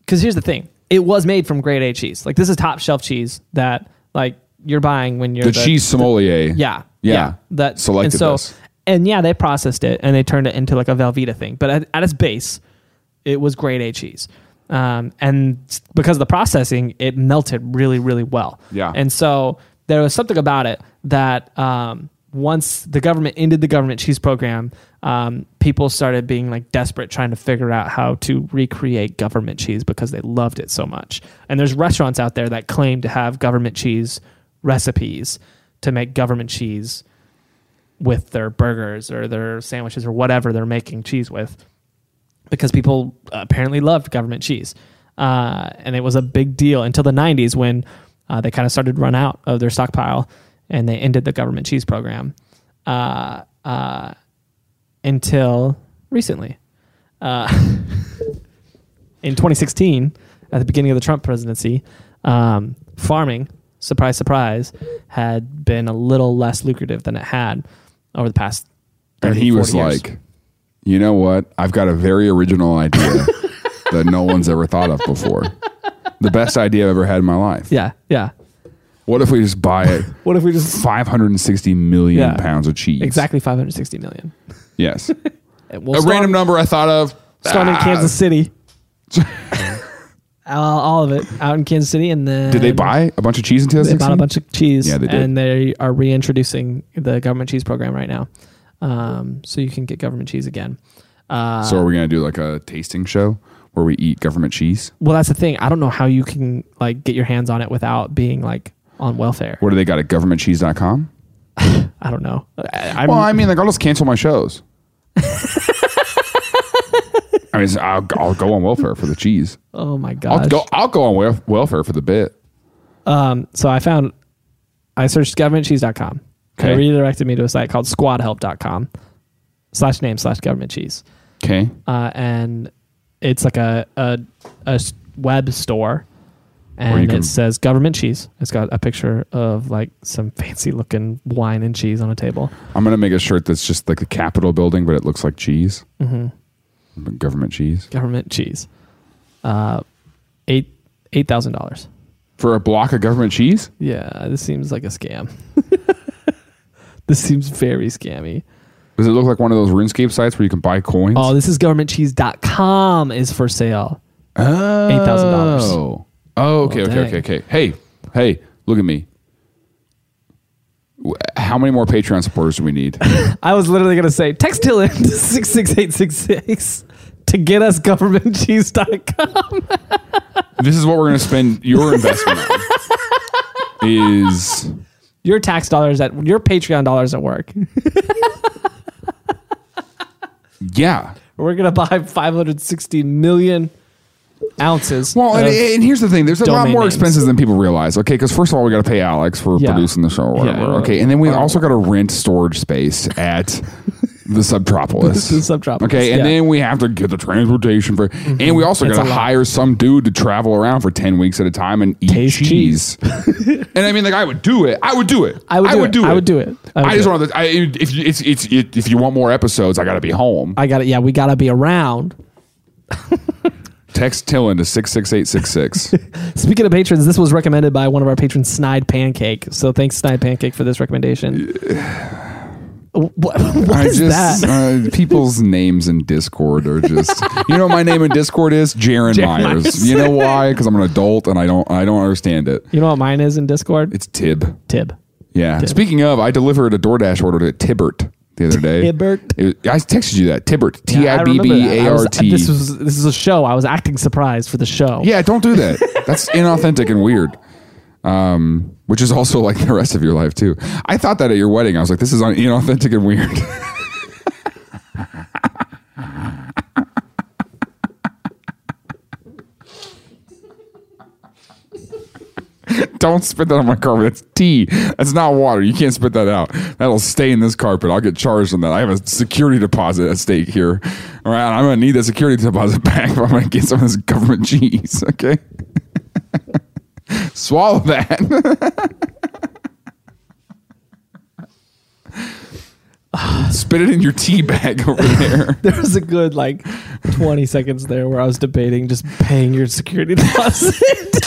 [SPEAKER 1] because here's the thing: it was made from grade A cheese. Like this is top shelf cheese that like you're buying when you're
[SPEAKER 2] the, cheese sommelier.
[SPEAKER 1] Yeah,
[SPEAKER 2] yeah,
[SPEAKER 1] That
[SPEAKER 2] selected
[SPEAKER 1] and so
[SPEAKER 2] this.
[SPEAKER 1] and yeah, they processed it and they turned it into like a Velveeta thing. But at, at its base, it was grade A cheese. Um, and s- because of the processing, it melted really, really well.
[SPEAKER 2] Yeah.
[SPEAKER 1] And so there was something about it that um, once the government ended the government cheese program, um, people started being like desperate trying to figure out how to recreate government cheese because they loved it so much. And there's restaurants out there that claim to have government cheese recipes to make government cheese with their burgers or their sandwiches or whatever they're making cheese with because people apparently loved government cheese. Uh, and it was a big deal until the 90s when uh, they kind of started to run out of their stockpile and they ended the government cheese program uh, uh, until recently. Uh, in 2016, at the beginning of the Trump presidency, um, farming, surprise, surprise, had been a little less lucrative than it had over the past. 30,
[SPEAKER 2] And he was
[SPEAKER 1] 40 years.
[SPEAKER 2] like, you know what? I've got a very original idea that no one's ever thought of before. The best idea I've ever had in my life.
[SPEAKER 1] "Yeah, yeah.
[SPEAKER 2] What if we just buy it?
[SPEAKER 1] What if we just
[SPEAKER 2] 560 million
[SPEAKER 1] Yeah.
[SPEAKER 2] pounds of cheese.
[SPEAKER 1] exactly 560 million?
[SPEAKER 2] Yes.
[SPEAKER 1] And we'll
[SPEAKER 2] a
[SPEAKER 1] start-
[SPEAKER 2] random number I thought of.
[SPEAKER 1] Starting in
[SPEAKER 2] Ah.
[SPEAKER 1] Kansas City. all, all of it out in Kansas City, and then
[SPEAKER 2] Did they buy a bunch of cheese in
[SPEAKER 1] They
[SPEAKER 2] 2016?
[SPEAKER 1] bought a bunch of cheese,
[SPEAKER 2] Yeah, they did.
[SPEAKER 1] and they are reintroducing the government cheese program right now, um, so you can get government cheese again. Uh,
[SPEAKER 2] So are we gonna do like a tasting show where we eat government cheese?
[SPEAKER 1] Well, that's the thing. I don't know how you can like get your hands on it without being like on welfare.
[SPEAKER 2] What do they got at governmentcheese.com?
[SPEAKER 1] I don't know. I, I'm,
[SPEAKER 2] Well, I mean, like I'll just cancel my shows. I mean, I'll, I'll go on welfare for the cheese.
[SPEAKER 1] oh my
[SPEAKER 2] I'll
[SPEAKER 1] gosh.
[SPEAKER 2] go. I'll go on wel- welfare for the bit.
[SPEAKER 1] Um, So I found, I searched governmentcheese.com.
[SPEAKER 2] Okay.
[SPEAKER 1] It redirected me to a site called squadhelp.com slash name slash government cheese.
[SPEAKER 2] Okay.
[SPEAKER 1] Uh, and it's like a, a, a s- web store.
[SPEAKER 2] you
[SPEAKER 1] And
[SPEAKER 2] can-
[SPEAKER 1] it says government cheese. It's got a picture of like some fancy looking wine and cheese on a table.
[SPEAKER 2] I'm gonna make a shirt that's just like the Capitol building, but it looks like cheese. Mm-hmm. Government cheese
[SPEAKER 1] Government cheese. Uh, eight eight thousand dollars.
[SPEAKER 2] for a block of government cheese.
[SPEAKER 1] Yeah, this seems like a scam. this seems very scammy.
[SPEAKER 2] Does it look like one of those RuneScape sites where you can buy coins?
[SPEAKER 1] Oh, this is governmentcheese.com is for sale. $8,000.
[SPEAKER 2] Oh. Oh, okay,
[SPEAKER 1] Well,
[SPEAKER 2] okay,
[SPEAKER 1] dang.
[SPEAKER 2] okay, okay. Hey, hey, look at me. W- How many more Patreon supporters do we need?
[SPEAKER 1] I was literally going to say text till him to 66866 to get us governmentcheese.com.
[SPEAKER 2] this is what we're going to spend your investment on. Is
[SPEAKER 1] Your tax dollars at your Patreon dollars at work.
[SPEAKER 2] yeah.
[SPEAKER 1] We're going to buy 560 million ounces.
[SPEAKER 2] Well, and,
[SPEAKER 1] of-
[SPEAKER 2] and here's the thing: there's a lot
[SPEAKER 1] domain
[SPEAKER 2] more
[SPEAKER 1] names.
[SPEAKER 2] expenses than people realize. Okay, because first of all, we got to pay Alex for
[SPEAKER 1] Yeah.
[SPEAKER 2] producing the show or
[SPEAKER 1] Yeah, Oh.
[SPEAKER 2] whatever.
[SPEAKER 1] yeah.
[SPEAKER 2] okay, and then we also got to rent storage space at the subtropolis.
[SPEAKER 1] The subtropolis,
[SPEAKER 2] Okay, and
[SPEAKER 1] yeah.
[SPEAKER 2] then we have to get the transportation for, and we also
[SPEAKER 1] It's
[SPEAKER 2] got to
[SPEAKER 1] a lot.
[SPEAKER 2] hire some dude to travel around for ten weeks at a time and eat
[SPEAKER 1] Taste
[SPEAKER 2] cheese. and I mean, like I would do it. I would do it.
[SPEAKER 1] I would do it. I would do it. I
[SPEAKER 2] I,
[SPEAKER 1] would
[SPEAKER 2] just
[SPEAKER 1] do it.
[SPEAKER 2] want to. I, if you, it's, it's, it, if you want more episodes, I got to be home.
[SPEAKER 1] I got it. Yeah, we got to be around.
[SPEAKER 2] Text Tillin to six six eight six six.
[SPEAKER 1] Speaking of patrons, this was recommended by one of our patrons, Snide Pancake. So thanks, Snide Pancake, for this recommendation. Wh- what what
[SPEAKER 2] I
[SPEAKER 1] is
[SPEAKER 2] just
[SPEAKER 1] that?
[SPEAKER 2] uh, people's names in Discord are just. you know, what my name in Discord is Jaron
[SPEAKER 1] Jaren
[SPEAKER 2] Myers.
[SPEAKER 1] Myers.
[SPEAKER 2] You know why? Because I'm an adult and I don't. I don't understand it.
[SPEAKER 1] You know what mine is in Discord?
[SPEAKER 2] It's Tib.
[SPEAKER 1] Tib.
[SPEAKER 2] Yeah. Speaking of, I delivered a DoorDash order to Tibbert the other day.
[SPEAKER 1] Tibbert.
[SPEAKER 2] It- I texted you that Tibbert. T
[SPEAKER 1] Yeah, I
[SPEAKER 2] i b
[SPEAKER 1] remember that.
[SPEAKER 2] b a
[SPEAKER 1] I
[SPEAKER 2] r
[SPEAKER 1] was-
[SPEAKER 2] t.
[SPEAKER 1] This was this is a show. I was acting surprised for the show.
[SPEAKER 2] Yeah, don't do that. That's inauthentic and weird. Um, which is also like the rest of your life too. I thought that at your wedding. I was like, this is un- inauthentic and weird. Don't spit that on my carpet. That's tea. That's not water. You can't spit that out. That'll stay in this carpet. I'll get charged on that. I have a security deposit at stake here. All right. I'm going to need that security deposit back if I'm going to get some of this government cheese. Okay. Swallow that. spit it in your tea bag over there.
[SPEAKER 1] There was a good like 20 seconds there where I was debating just paying your security deposit.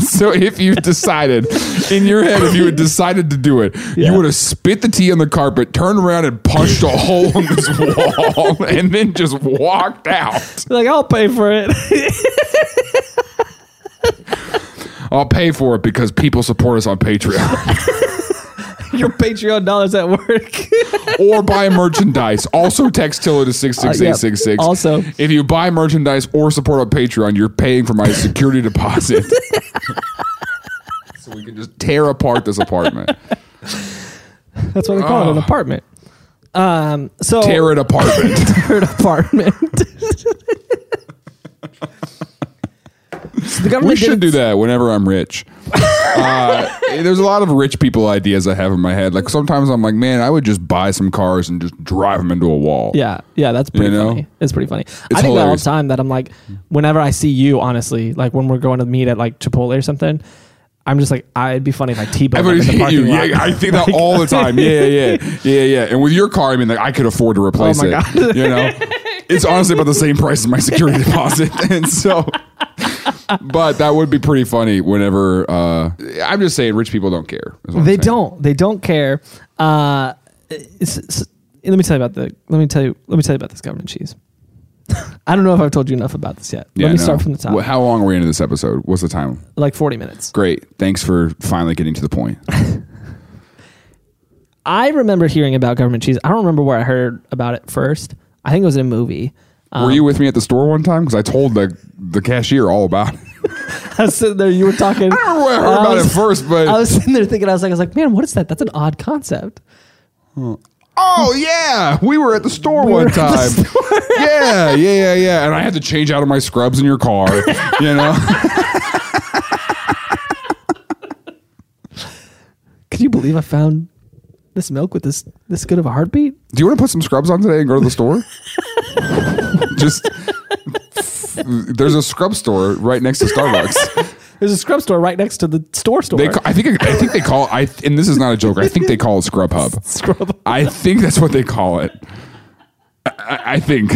[SPEAKER 2] so if you decided in your head, if you had decided to do it,
[SPEAKER 1] Yeah.
[SPEAKER 2] you would have spit the tea on the carpet, turned around and punched a hole in this wall, and then just walked out.
[SPEAKER 1] like I'll pay for it.
[SPEAKER 2] I'll pay for it because people support us on Patreon
[SPEAKER 1] your Patreon dollars at work.
[SPEAKER 2] or buy merchandise. Also, text Tilla to six six eight six
[SPEAKER 1] Uh, yeah.
[SPEAKER 2] six.
[SPEAKER 1] Also-
[SPEAKER 2] if you buy merchandise or support on Patreon, you're paying for my security deposit. so we can just tear apart this apartment,
[SPEAKER 1] That's what we call it,
[SPEAKER 2] Ah.
[SPEAKER 1] an apartment. Um, so
[SPEAKER 2] tear it apartment.
[SPEAKER 1] third apartment. So the government
[SPEAKER 2] We
[SPEAKER 1] did
[SPEAKER 2] should
[SPEAKER 1] it-
[SPEAKER 2] do that whenever I'm rich. uh, there's a lot of rich people ideas I have in my head. Like sometimes I'm like, man, I would just buy some cars and just drive them into a wall.
[SPEAKER 1] Yeah, yeah, that's pretty
[SPEAKER 2] know?
[SPEAKER 1] funny. It's pretty funny. I think that all the
[SPEAKER 2] hilarious.
[SPEAKER 1] time that I'm like, whenever I see you, honestly, like when we're going to meet at like Chipotle or something, I'm just like, I, it'd be funny if I T-boned them
[SPEAKER 2] Everybody
[SPEAKER 1] in the
[SPEAKER 2] hit
[SPEAKER 1] parking
[SPEAKER 2] you.
[SPEAKER 1] lot.
[SPEAKER 2] Yeah, I think that all the time. Yeah, yeah, yeah, yeah, yeah. And with your car, I mean, like I could afford to replace
[SPEAKER 1] Oh my
[SPEAKER 2] it.
[SPEAKER 1] God.
[SPEAKER 2] You know, it's honestly about the same price as my security deposit, and so. But that would be pretty funny. Whenever uh, I'm just saying, rich people don't care. is what I'm
[SPEAKER 1] they
[SPEAKER 2] saying.
[SPEAKER 1] don't. They don't care. Uh, it's, it's- let me tell you about the. Let me tell you. Let me tell you about this government cheese. I don't know if I've told you enough about this yet.
[SPEAKER 2] Yeah,
[SPEAKER 1] let me
[SPEAKER 2] no.
[SPEAKER 1] start from the top.
[SPEAKER 2] Wh- How long are we into this episode? What's the time?
[SPEAKER 1] like 40 minutes.
[SPEAKER 2] Great. Thanks for finally getting to the point.
[SPEAKER 1] Um, I remember hearing about government cheese. I don't remember where I heard about it first. I think it was in a movie. Uh,
[SPEAKER 2] Were you with me at the store one time? Because I told the the cashier all about it.
[SPEAKER 1] I was sitting there. You were talking. Um, I
[SPEAKER 2] remember where I heard about it first, but-
[SPEAKER 1] I was sitting there thinking. I was like, I was like, man, what is that? That's an odd concept.
[SPEAKER 2] Oh yeah, we were at the store
[SPEAKER 1] were
[SPEAKER 2] one
[SPEAKER 1] at the
[SPEAKER 2] time. yeah, yeah, yeah, yeah. And I had to change out of my scrubs in your car. you know,
[SPEAKER 1] Could you believe I found this milk with this this good of a heartbeat?
[SPEAKER 2] do you want to put some scrubs on today and go to the store? Just there's a scrub store right next to Starbucks.
[SPEAKER 1] There's a scrub store right next to the store store.
[SPEAKER 2] They, ca- I think, I think they call. I and this is not a joke. I think they call it Scrub Hub.
[SPEAKER 1] scrub.
[SPEAKER 2] I think that's what they call it. I- I, I think.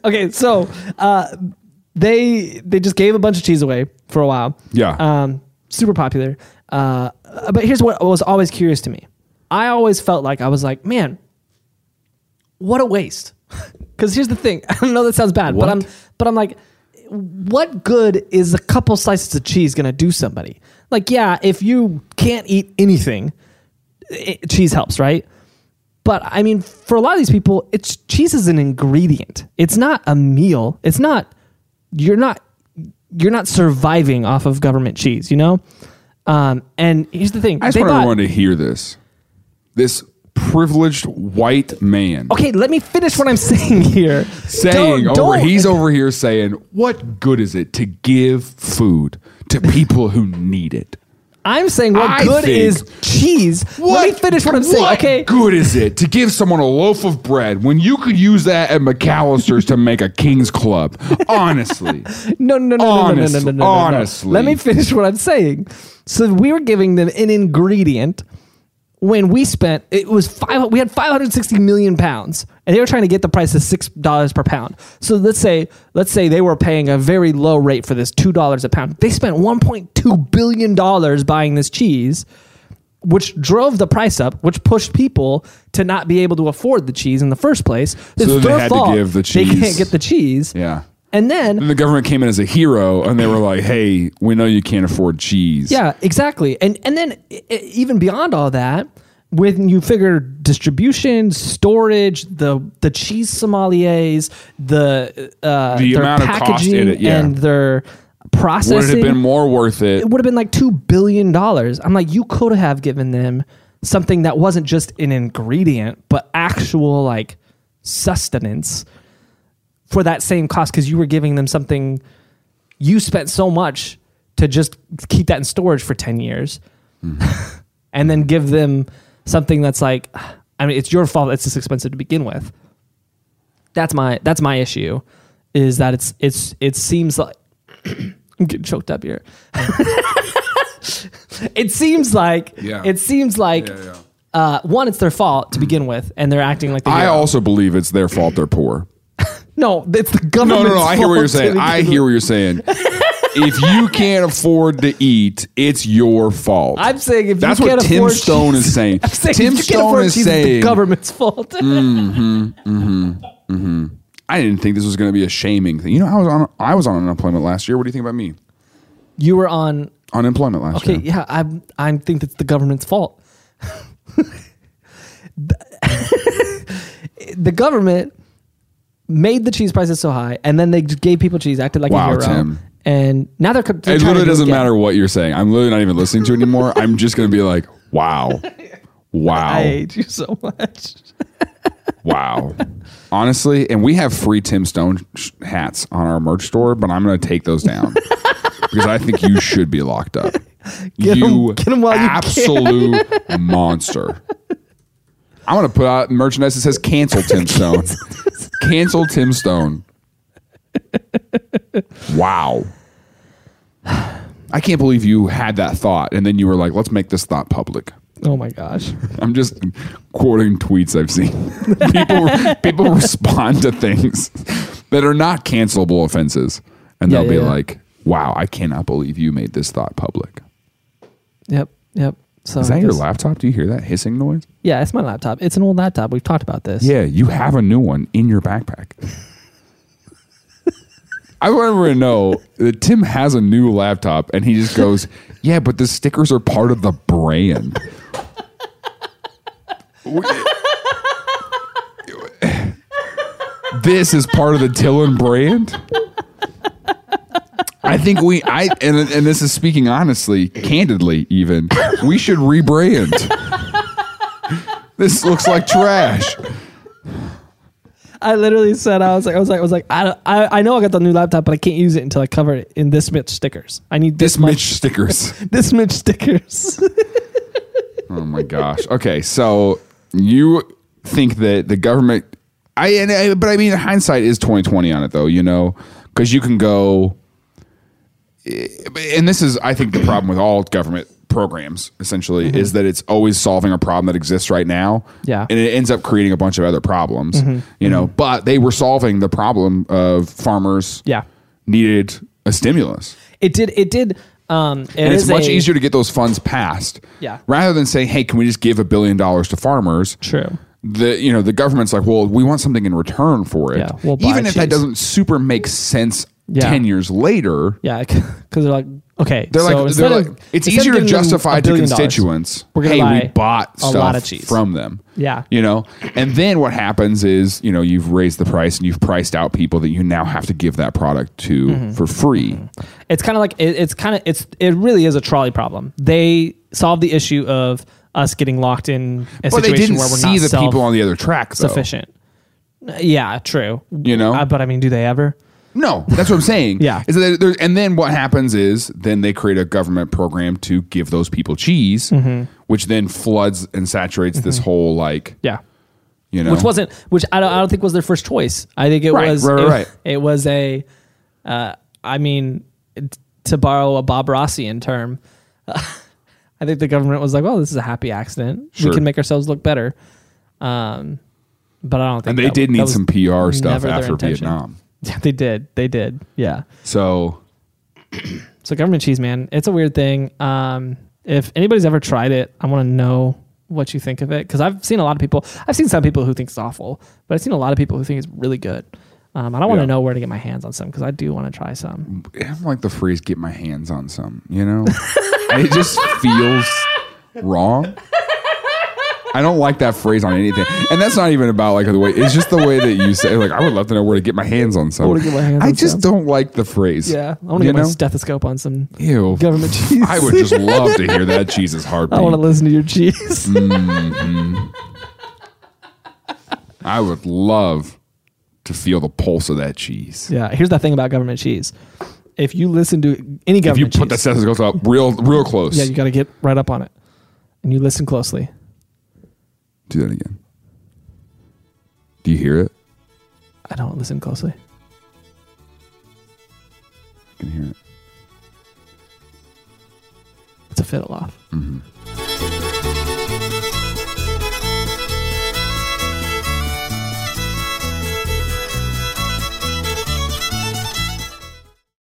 [SPEAKER 1] Okay, so uh, they they just gave a bunch of cheese away for a while.
[SPEAKER 2] Yeah.
[SPEAKER 1] Um, super popular. Uh, but here's what was always curious to me. I always felt like I was like, man, what a waste. Because here's the thing. I know that sounds bad,
[SPEAKER 2] What?
[SPEAKER 1] but I'm but I'm like, what good is a couple slices of cheese gonna do somebody? Like, yeah, if you can't eat anything, i cheese helps, right? But I mean, for a lot of these people, it's cheese is an ingredient. It's not a meal. It's not you're not you're not surviving off of government cheese, you know. Um, and here's the thing:
[SPEAKER 2] I just
[SPEAKER 1] they
[SPEAKER 2] want
[SPEAKER 1] bought-
[SPEAKER 2] everyone to hear this. This privileged white man
[SPEAKER 1] Okay, let me finish what I'm saying here.
[SPEAKER 2] saying
[SPEAKER 1] Don't-
[SPEAKER 2] over
[SPEAKER 1] don't-
[SPEAKER 2] he's over here saying what good is it to give food to people who need it
[SPEAKER 1] I'm saying what
[SPEAKER 2] I
[SPEAKER 1] good
[SPEAKER 2] think-
[SPEAKER 1] is cheese. Let me finish what I'm saying.
[SPEAKER 2] what
[SPEAKER 1] okay.
[SPEAKER 2] good is it to give someone a loaf of bread when you could use that at McAllister's to make a King's Club? Honestly,
[SPEAKER 1] No, no, no,
[SPEAKER 2] Honest-
[SPEAKER 1] no, no, no, no, no, no, no.
[SPEAKER 2] honestly.
[SPEAKER 1] Let me finish what I'm saying. So we were giving them an ingredient when we spent it was five. We had 560 million pounds, and they were trying to get the price to six dollars per pound. So let's say let's say they were paying a very low rate for this two dollars a pound. They spent 1.2 billion dollars buying this cheese. Which drove the price up, which pushed people to not be able to afford the cheese in the first place. It's
[SPEAKER 2] then they
[SPEAKER 1] their
[SPEAKER 2] had to
[SPEAKER 1] fault.
[SPEAKER 2] give the
[SPEAKER 1] They
[SPEAKER 2] cheese.
[SPEAKER 1] can't get the cheese.
[SPEAKER 2] yeah.
[SPEAKER 1] And then
[SPEAKER 2] And the government came in as a hero, and they were like, "Hey, we know you can't afford cheese."
[SPEAKER 1] Yeah, exactly. And and then i- i- even beyond all that, when you figure distribution, storage, the the cheese sommeliers, the uh,
[SPEAKER 2] The
[SPEAKER 1] their
[SPEAKER 2] amount of cost in
[SPEAKER 1] packaging
[SPEAKER 2] it, yeah.
[SPEAKER 1] and their processing
[SPEAKER 2] Would it have been more worth it?
[SPEAKER 1] it would have been like two billion dollars. I'm like, you could have given them something that wasn't just an ingredient, but actual like sustenance for that same cost because you were giving them something you spent so much to just keep that in storage for 10 years and then give them something that's like I mean it's your fault it's this expensive to begin with. That's my that's my issue is that it's it's it seems like I'm getting choked up here. it seems like
[SPEAKER 2] Yeah.
[SPEAKER 1] it seems like
[SPEAKER 2] Yeah, yeah.
[SPEAKER 1] Uh, one it's their fault to begin with and they're acting like they
[SPEAKER 2] I also believe it's their fault they're poor.
[SPEAKER 1] No, it's the
[SPEAKER 2] No,
[SPEAKER 1] government.
[SPEAKER 2] no, no. I hear what you're saying. I hear what you're saying. if you can't afford to eat, it's your fault.
[SPEAKER 1] I'm saying if
[SPEAKER 2] That's
[SPEAKER 1] you can't
[SPEAKER 2] what Tim
[SPEAKER 1] afford
[SPEAKER 2] Stone
[SPEAKER 1] cheese-
[SPEAKER 2] is saying.
[SPEAKER 1] I'm saying
[SPEAKER 2] Tim
[SPEAKER 1] if you can't
[SPEAKER 2] Stone
[SPEAKER 1] afford
[SPEAKER 2] is
[SPEAKER 1] cheese, it's the
[SPEAKER 2] saying. Mm.
[SPEAKER 1] government's fault.
[SPEAKER 2] I didn't think this was going to be a shaming thing. You know, I was on I was on unemployment last year. What do you think about me?
[SPEAKER 1] you were on
[SPEAKER 2] Unemployment last
[SPEAKER 1] Okay,
[SPEAKER 2] year.
[SPEAKER 1] yeah, I I think it's the government's fault. the government made the cheese prices so high, and then they just gave people cheese, acted like
[SPEAKER 2] Wow,
[SPEAKER 1] a hero,
[SPEAKER 2] Tim.
[SPEAKER 1] and now they're. co- they're
[SPEAKER 2] It
[SPEAKER 1] trying to
[SPEAKER 2] literally
[SPEAKER 1] do
[SPEAKER 2] doesn't
[SPEAKER 1] again.
[SPEAKER 2] matter what you're saying. I'm literally not even listening to it anymore. I'm just going to be like, wow, wow,
[SPEAKER 1] I hate you so much.
[SPEAKER 2] wow. Honestly, and we have free Tim Stone sh- hats on our merch store, but I'm going to take those down because I think you should be locked up.
[SPEAKER 1] Get 'em- get 'em while you can.
[SPEAKER 2] absolute monster. I'm going to put out merchandise that says cancel Tim Stone. cancel Tim Stone. Wow. I can't believe you had that thought and then you were like, let's make this thought public.
[SPEAKER 1] Oh my gosh!
[SPEAKER 2] I'm just quoting tweets I've seen. people people respond to things that are not cancelable offenses, and
[SPEAKER 1] Yeah,
[SPEAKER 2] they'll
[SPEAKER 1] yeah,
[SPEAKER 2] be
[SPEAKER 1] yeah.
[SPEAKER 2] like, "Wow, I cannot believe you made this thought public."
[SPEAKER 1] Yep, yep. So
[SPEAKER 2] Is that your
[SPEAKER 1] this-
[SPEAKER 2] laptop? Do you hear that hissing noise?
[SPEAKER 1] Yeah, it's my laptop. It's an old laptop. We've talked about this.
[SPEAKER 2] Yeah, you have a new one in your backpack. I want everyone to know that Tim has a new laptop, and he just goes, "Yeah, but the stickers are part of the brand." We- this is part of the Tillen brand. I think we, I, and, and this is speaking honestly, candidly, even, we should rebrand. This looks like trash.
[SPEAKER 1] I literally said I was like I was like I was like I, don't- I I know I got the new laptop, but I can't use it until I cover it in this much stickers. I need this,
[SPEAKER 2] This
[SPEAKER 1] much
[SPEAKER 2] Mitch stickers.
[SPEAKER 1] this much stickers.
[SPEAKER 2] Oh my gosh. Okay, so you think that the government? I, and I but I mean hindsight is twenty twenty on it though. You know, because you can go. eh, And this is, I think, the problem with all government programs. Essentially, is that it's always solving a problem that exists right now.
[SPEAKER 1] Mm-hmm. Yeah. Mm-hmm.
[SPEAKER 2] and it ends up creating a bunch of other problems. You know, but they were solving the problem of farmers.
[SPEAKER 1] Yeah.
[SPEAKER 2] needed a stimulus.
[SPEAKER 1] It did. It did. Um,
[SPEAKER 2] and it's much easier to get those funds passed.
[SPEAKER 1] Yeah.
[SPEAKER 2] Rather than saying, "Hey, can we just give a billion dollars to farmers?"
[SPEAKER 1] True.
[SPEAKER 2] The you know the government's like, "Well, we want something in return for it."
[SPEAKER 1] Yeah, we'll buy
[SPEAKER 2] Even if that
[SPEAKER 1] cheese.
[SPEAKER 2] doesn't super make sense
[SPEAKER 1] Yeah.
[SPEAKER 2] ten years later,
[SPEAKER 1] Yeah, because they're like, okay,
[SPEAKER 2] they're
[SPEAKER 1] so
[SPEAKER 2] like,
[SPEAKER 1] instead
[SPEAKER 2] they're like
[SPEAKER 1] of-
[SPEAKER 2] it's
[SPEAKER 1] instead of
[SPEAKER 2] easier to
[SPEAKER 1] giving them
[SPEAKER 2] justify
[SPEAKER 1] a
[SPEAKER 2] to
[SPEAKER 1] billion dollars,
[SPEAKER 2] constituents,
[SPEAKER 1] we're gonna
[SPEAKER 2] "Hey,
[SPEAKER 1] buy
[SPEAKER 2] we bought
[SPEAKER 1] a
[SPEAKER 2] stuff
[SPEAKER 1] lot of cheese.
[SPEAKER 2] from them."
[SPEAKER 1] Yeah.
[SPEAKER 2] You know, and then what happens is you know you've raised the price and you've priced out people that you now have to give that product to
[SPEAKER 1] Mm-hmm.
[SPEAKER 2] for free.
[SPEAKER 1] It's kind of like it, it's kind of it's it really is a trolley problem. They solve the issue of us getting locked in a
[SPEAKER 2] But they
[SPEAKER 1] situation
[SPEAKER 2] didn't
[SPEAKER 1] where we're
[SPEAKER 2] see
[SPEAKER 1] not
[SPEAKER 2] the
[SPEAKER 1] self
[SPEAKER 2] people on the other track, though.
[SPEAKER 1] sufficient. Yeah, true.
[SPEAKER 2] You know?
[SPEAKER 1] Uh, but I mean, do they ever?
[SPEAKER 2] No, that's what I'm saying.
[SPEAKER 1] Yeah.
[SPEAKER 2] Is that there, and then what happens is then they create a government program to give those people cheese,
[SPEAKER 1] Mm-hmm.
[SPEAKER 2] which then floods and saturates this whole like
[SPEAKER 1] Yeah.
[SPEAKER 2] you know
[SPEAKER 1] Mm-hmm. Which wasn't, which I don't, I don't think was their first choice. I think it
[SPEAKER 2] Right,
[SPEAKER 1] was,
[SPEAKER 2] right, right,
[SPEAKER 1] it,
[SPEAKER 2] right.
[SPEAKER 1] it was a, uh, I mean, t- to borrow a Bob Rossian term, I think the government was like, well, this is a happy accident.
[SPEAKER 2] Sure.
[SPEAKER 1] We can make ourselves look better. Um, but I don't think
[SPEAKER 2] and they
[SPEAKER 1] that-
[SPEAKER 2] did
[SPEAKER 1] that
[SPEAKER 2] need
[SPEAKER 1] was
[SPEAKER 2] some PR stuff
[SPEAKER 1] never their
[SPEAKER 2] after
[SPEAKER 1] intention.
[SPEAKER 2] Vietnam.
[SPEAKER 1] Yeah, they did. They did. Yeah.
[SPEAKER 2] So
[SPEAKER 1] So government cheese, man, it's a weird thing. Um, if anybody's ever tried it, I want to know what you think of it because I've seen a lot of people. I've seen some people who think it's awful, but I've seen a lot of people who think it's really good. Um, and I want to
[SPEAKER 2] Yeah.
[SPEAKER 1] know where to get my hands on some because I do want to try some.
[SPEAKER 2] I'm like the phrase "get my hands on some," you know, and it just feels wrong. I don't like that phrase on anything, and that's not even about like the way. It's just the way that you say. Like, I would love to know where to get my hands on some. I,
[SPEAKER 1] wanna get my hands on
[SPEAKER 2] just
[SPEAKER 1] some.
[SPEAKER 2] don't like the phrase.
[SPEAKER 1] Yeah, I want to
[SPEAKER 2] Mm. You
[SPEAKER 1] get my
[SPEAKER 2] know?
[SPEAKER 1] stethoscope on some
[SPEAKER 2] Ew.
[SPEAKER 1] government cheese.
[SPEAKER 2] I would just love to hear that Jesus heartbeat.
[SPEAKER 1] I
[SPEAKER 2] I,
[SPEAKER 1] want to listen to your cheese.
[SPEAKER 2] would love to feel the pulse of that cheese.
[SPEAKER 1] yeah, here's the thing about government cheese. If you listen to any
[SPEAKER 2] if you
[SPEAKER 1] government
[SPEAKER 2] put the
[SPEAKER 1] cheese,
[SPEAKER 2] stethoscope up real, real close.
[SPEAKER 1] yeah, you got to get right up on it, and you listen closely.
[SPEAKER 2] Do that again. Do you hear it?
[SPEAKER 1] I don't listen closely.
[SPEAKER 2] I can hear it.
[SPEAKER 1] It's a fiddle off.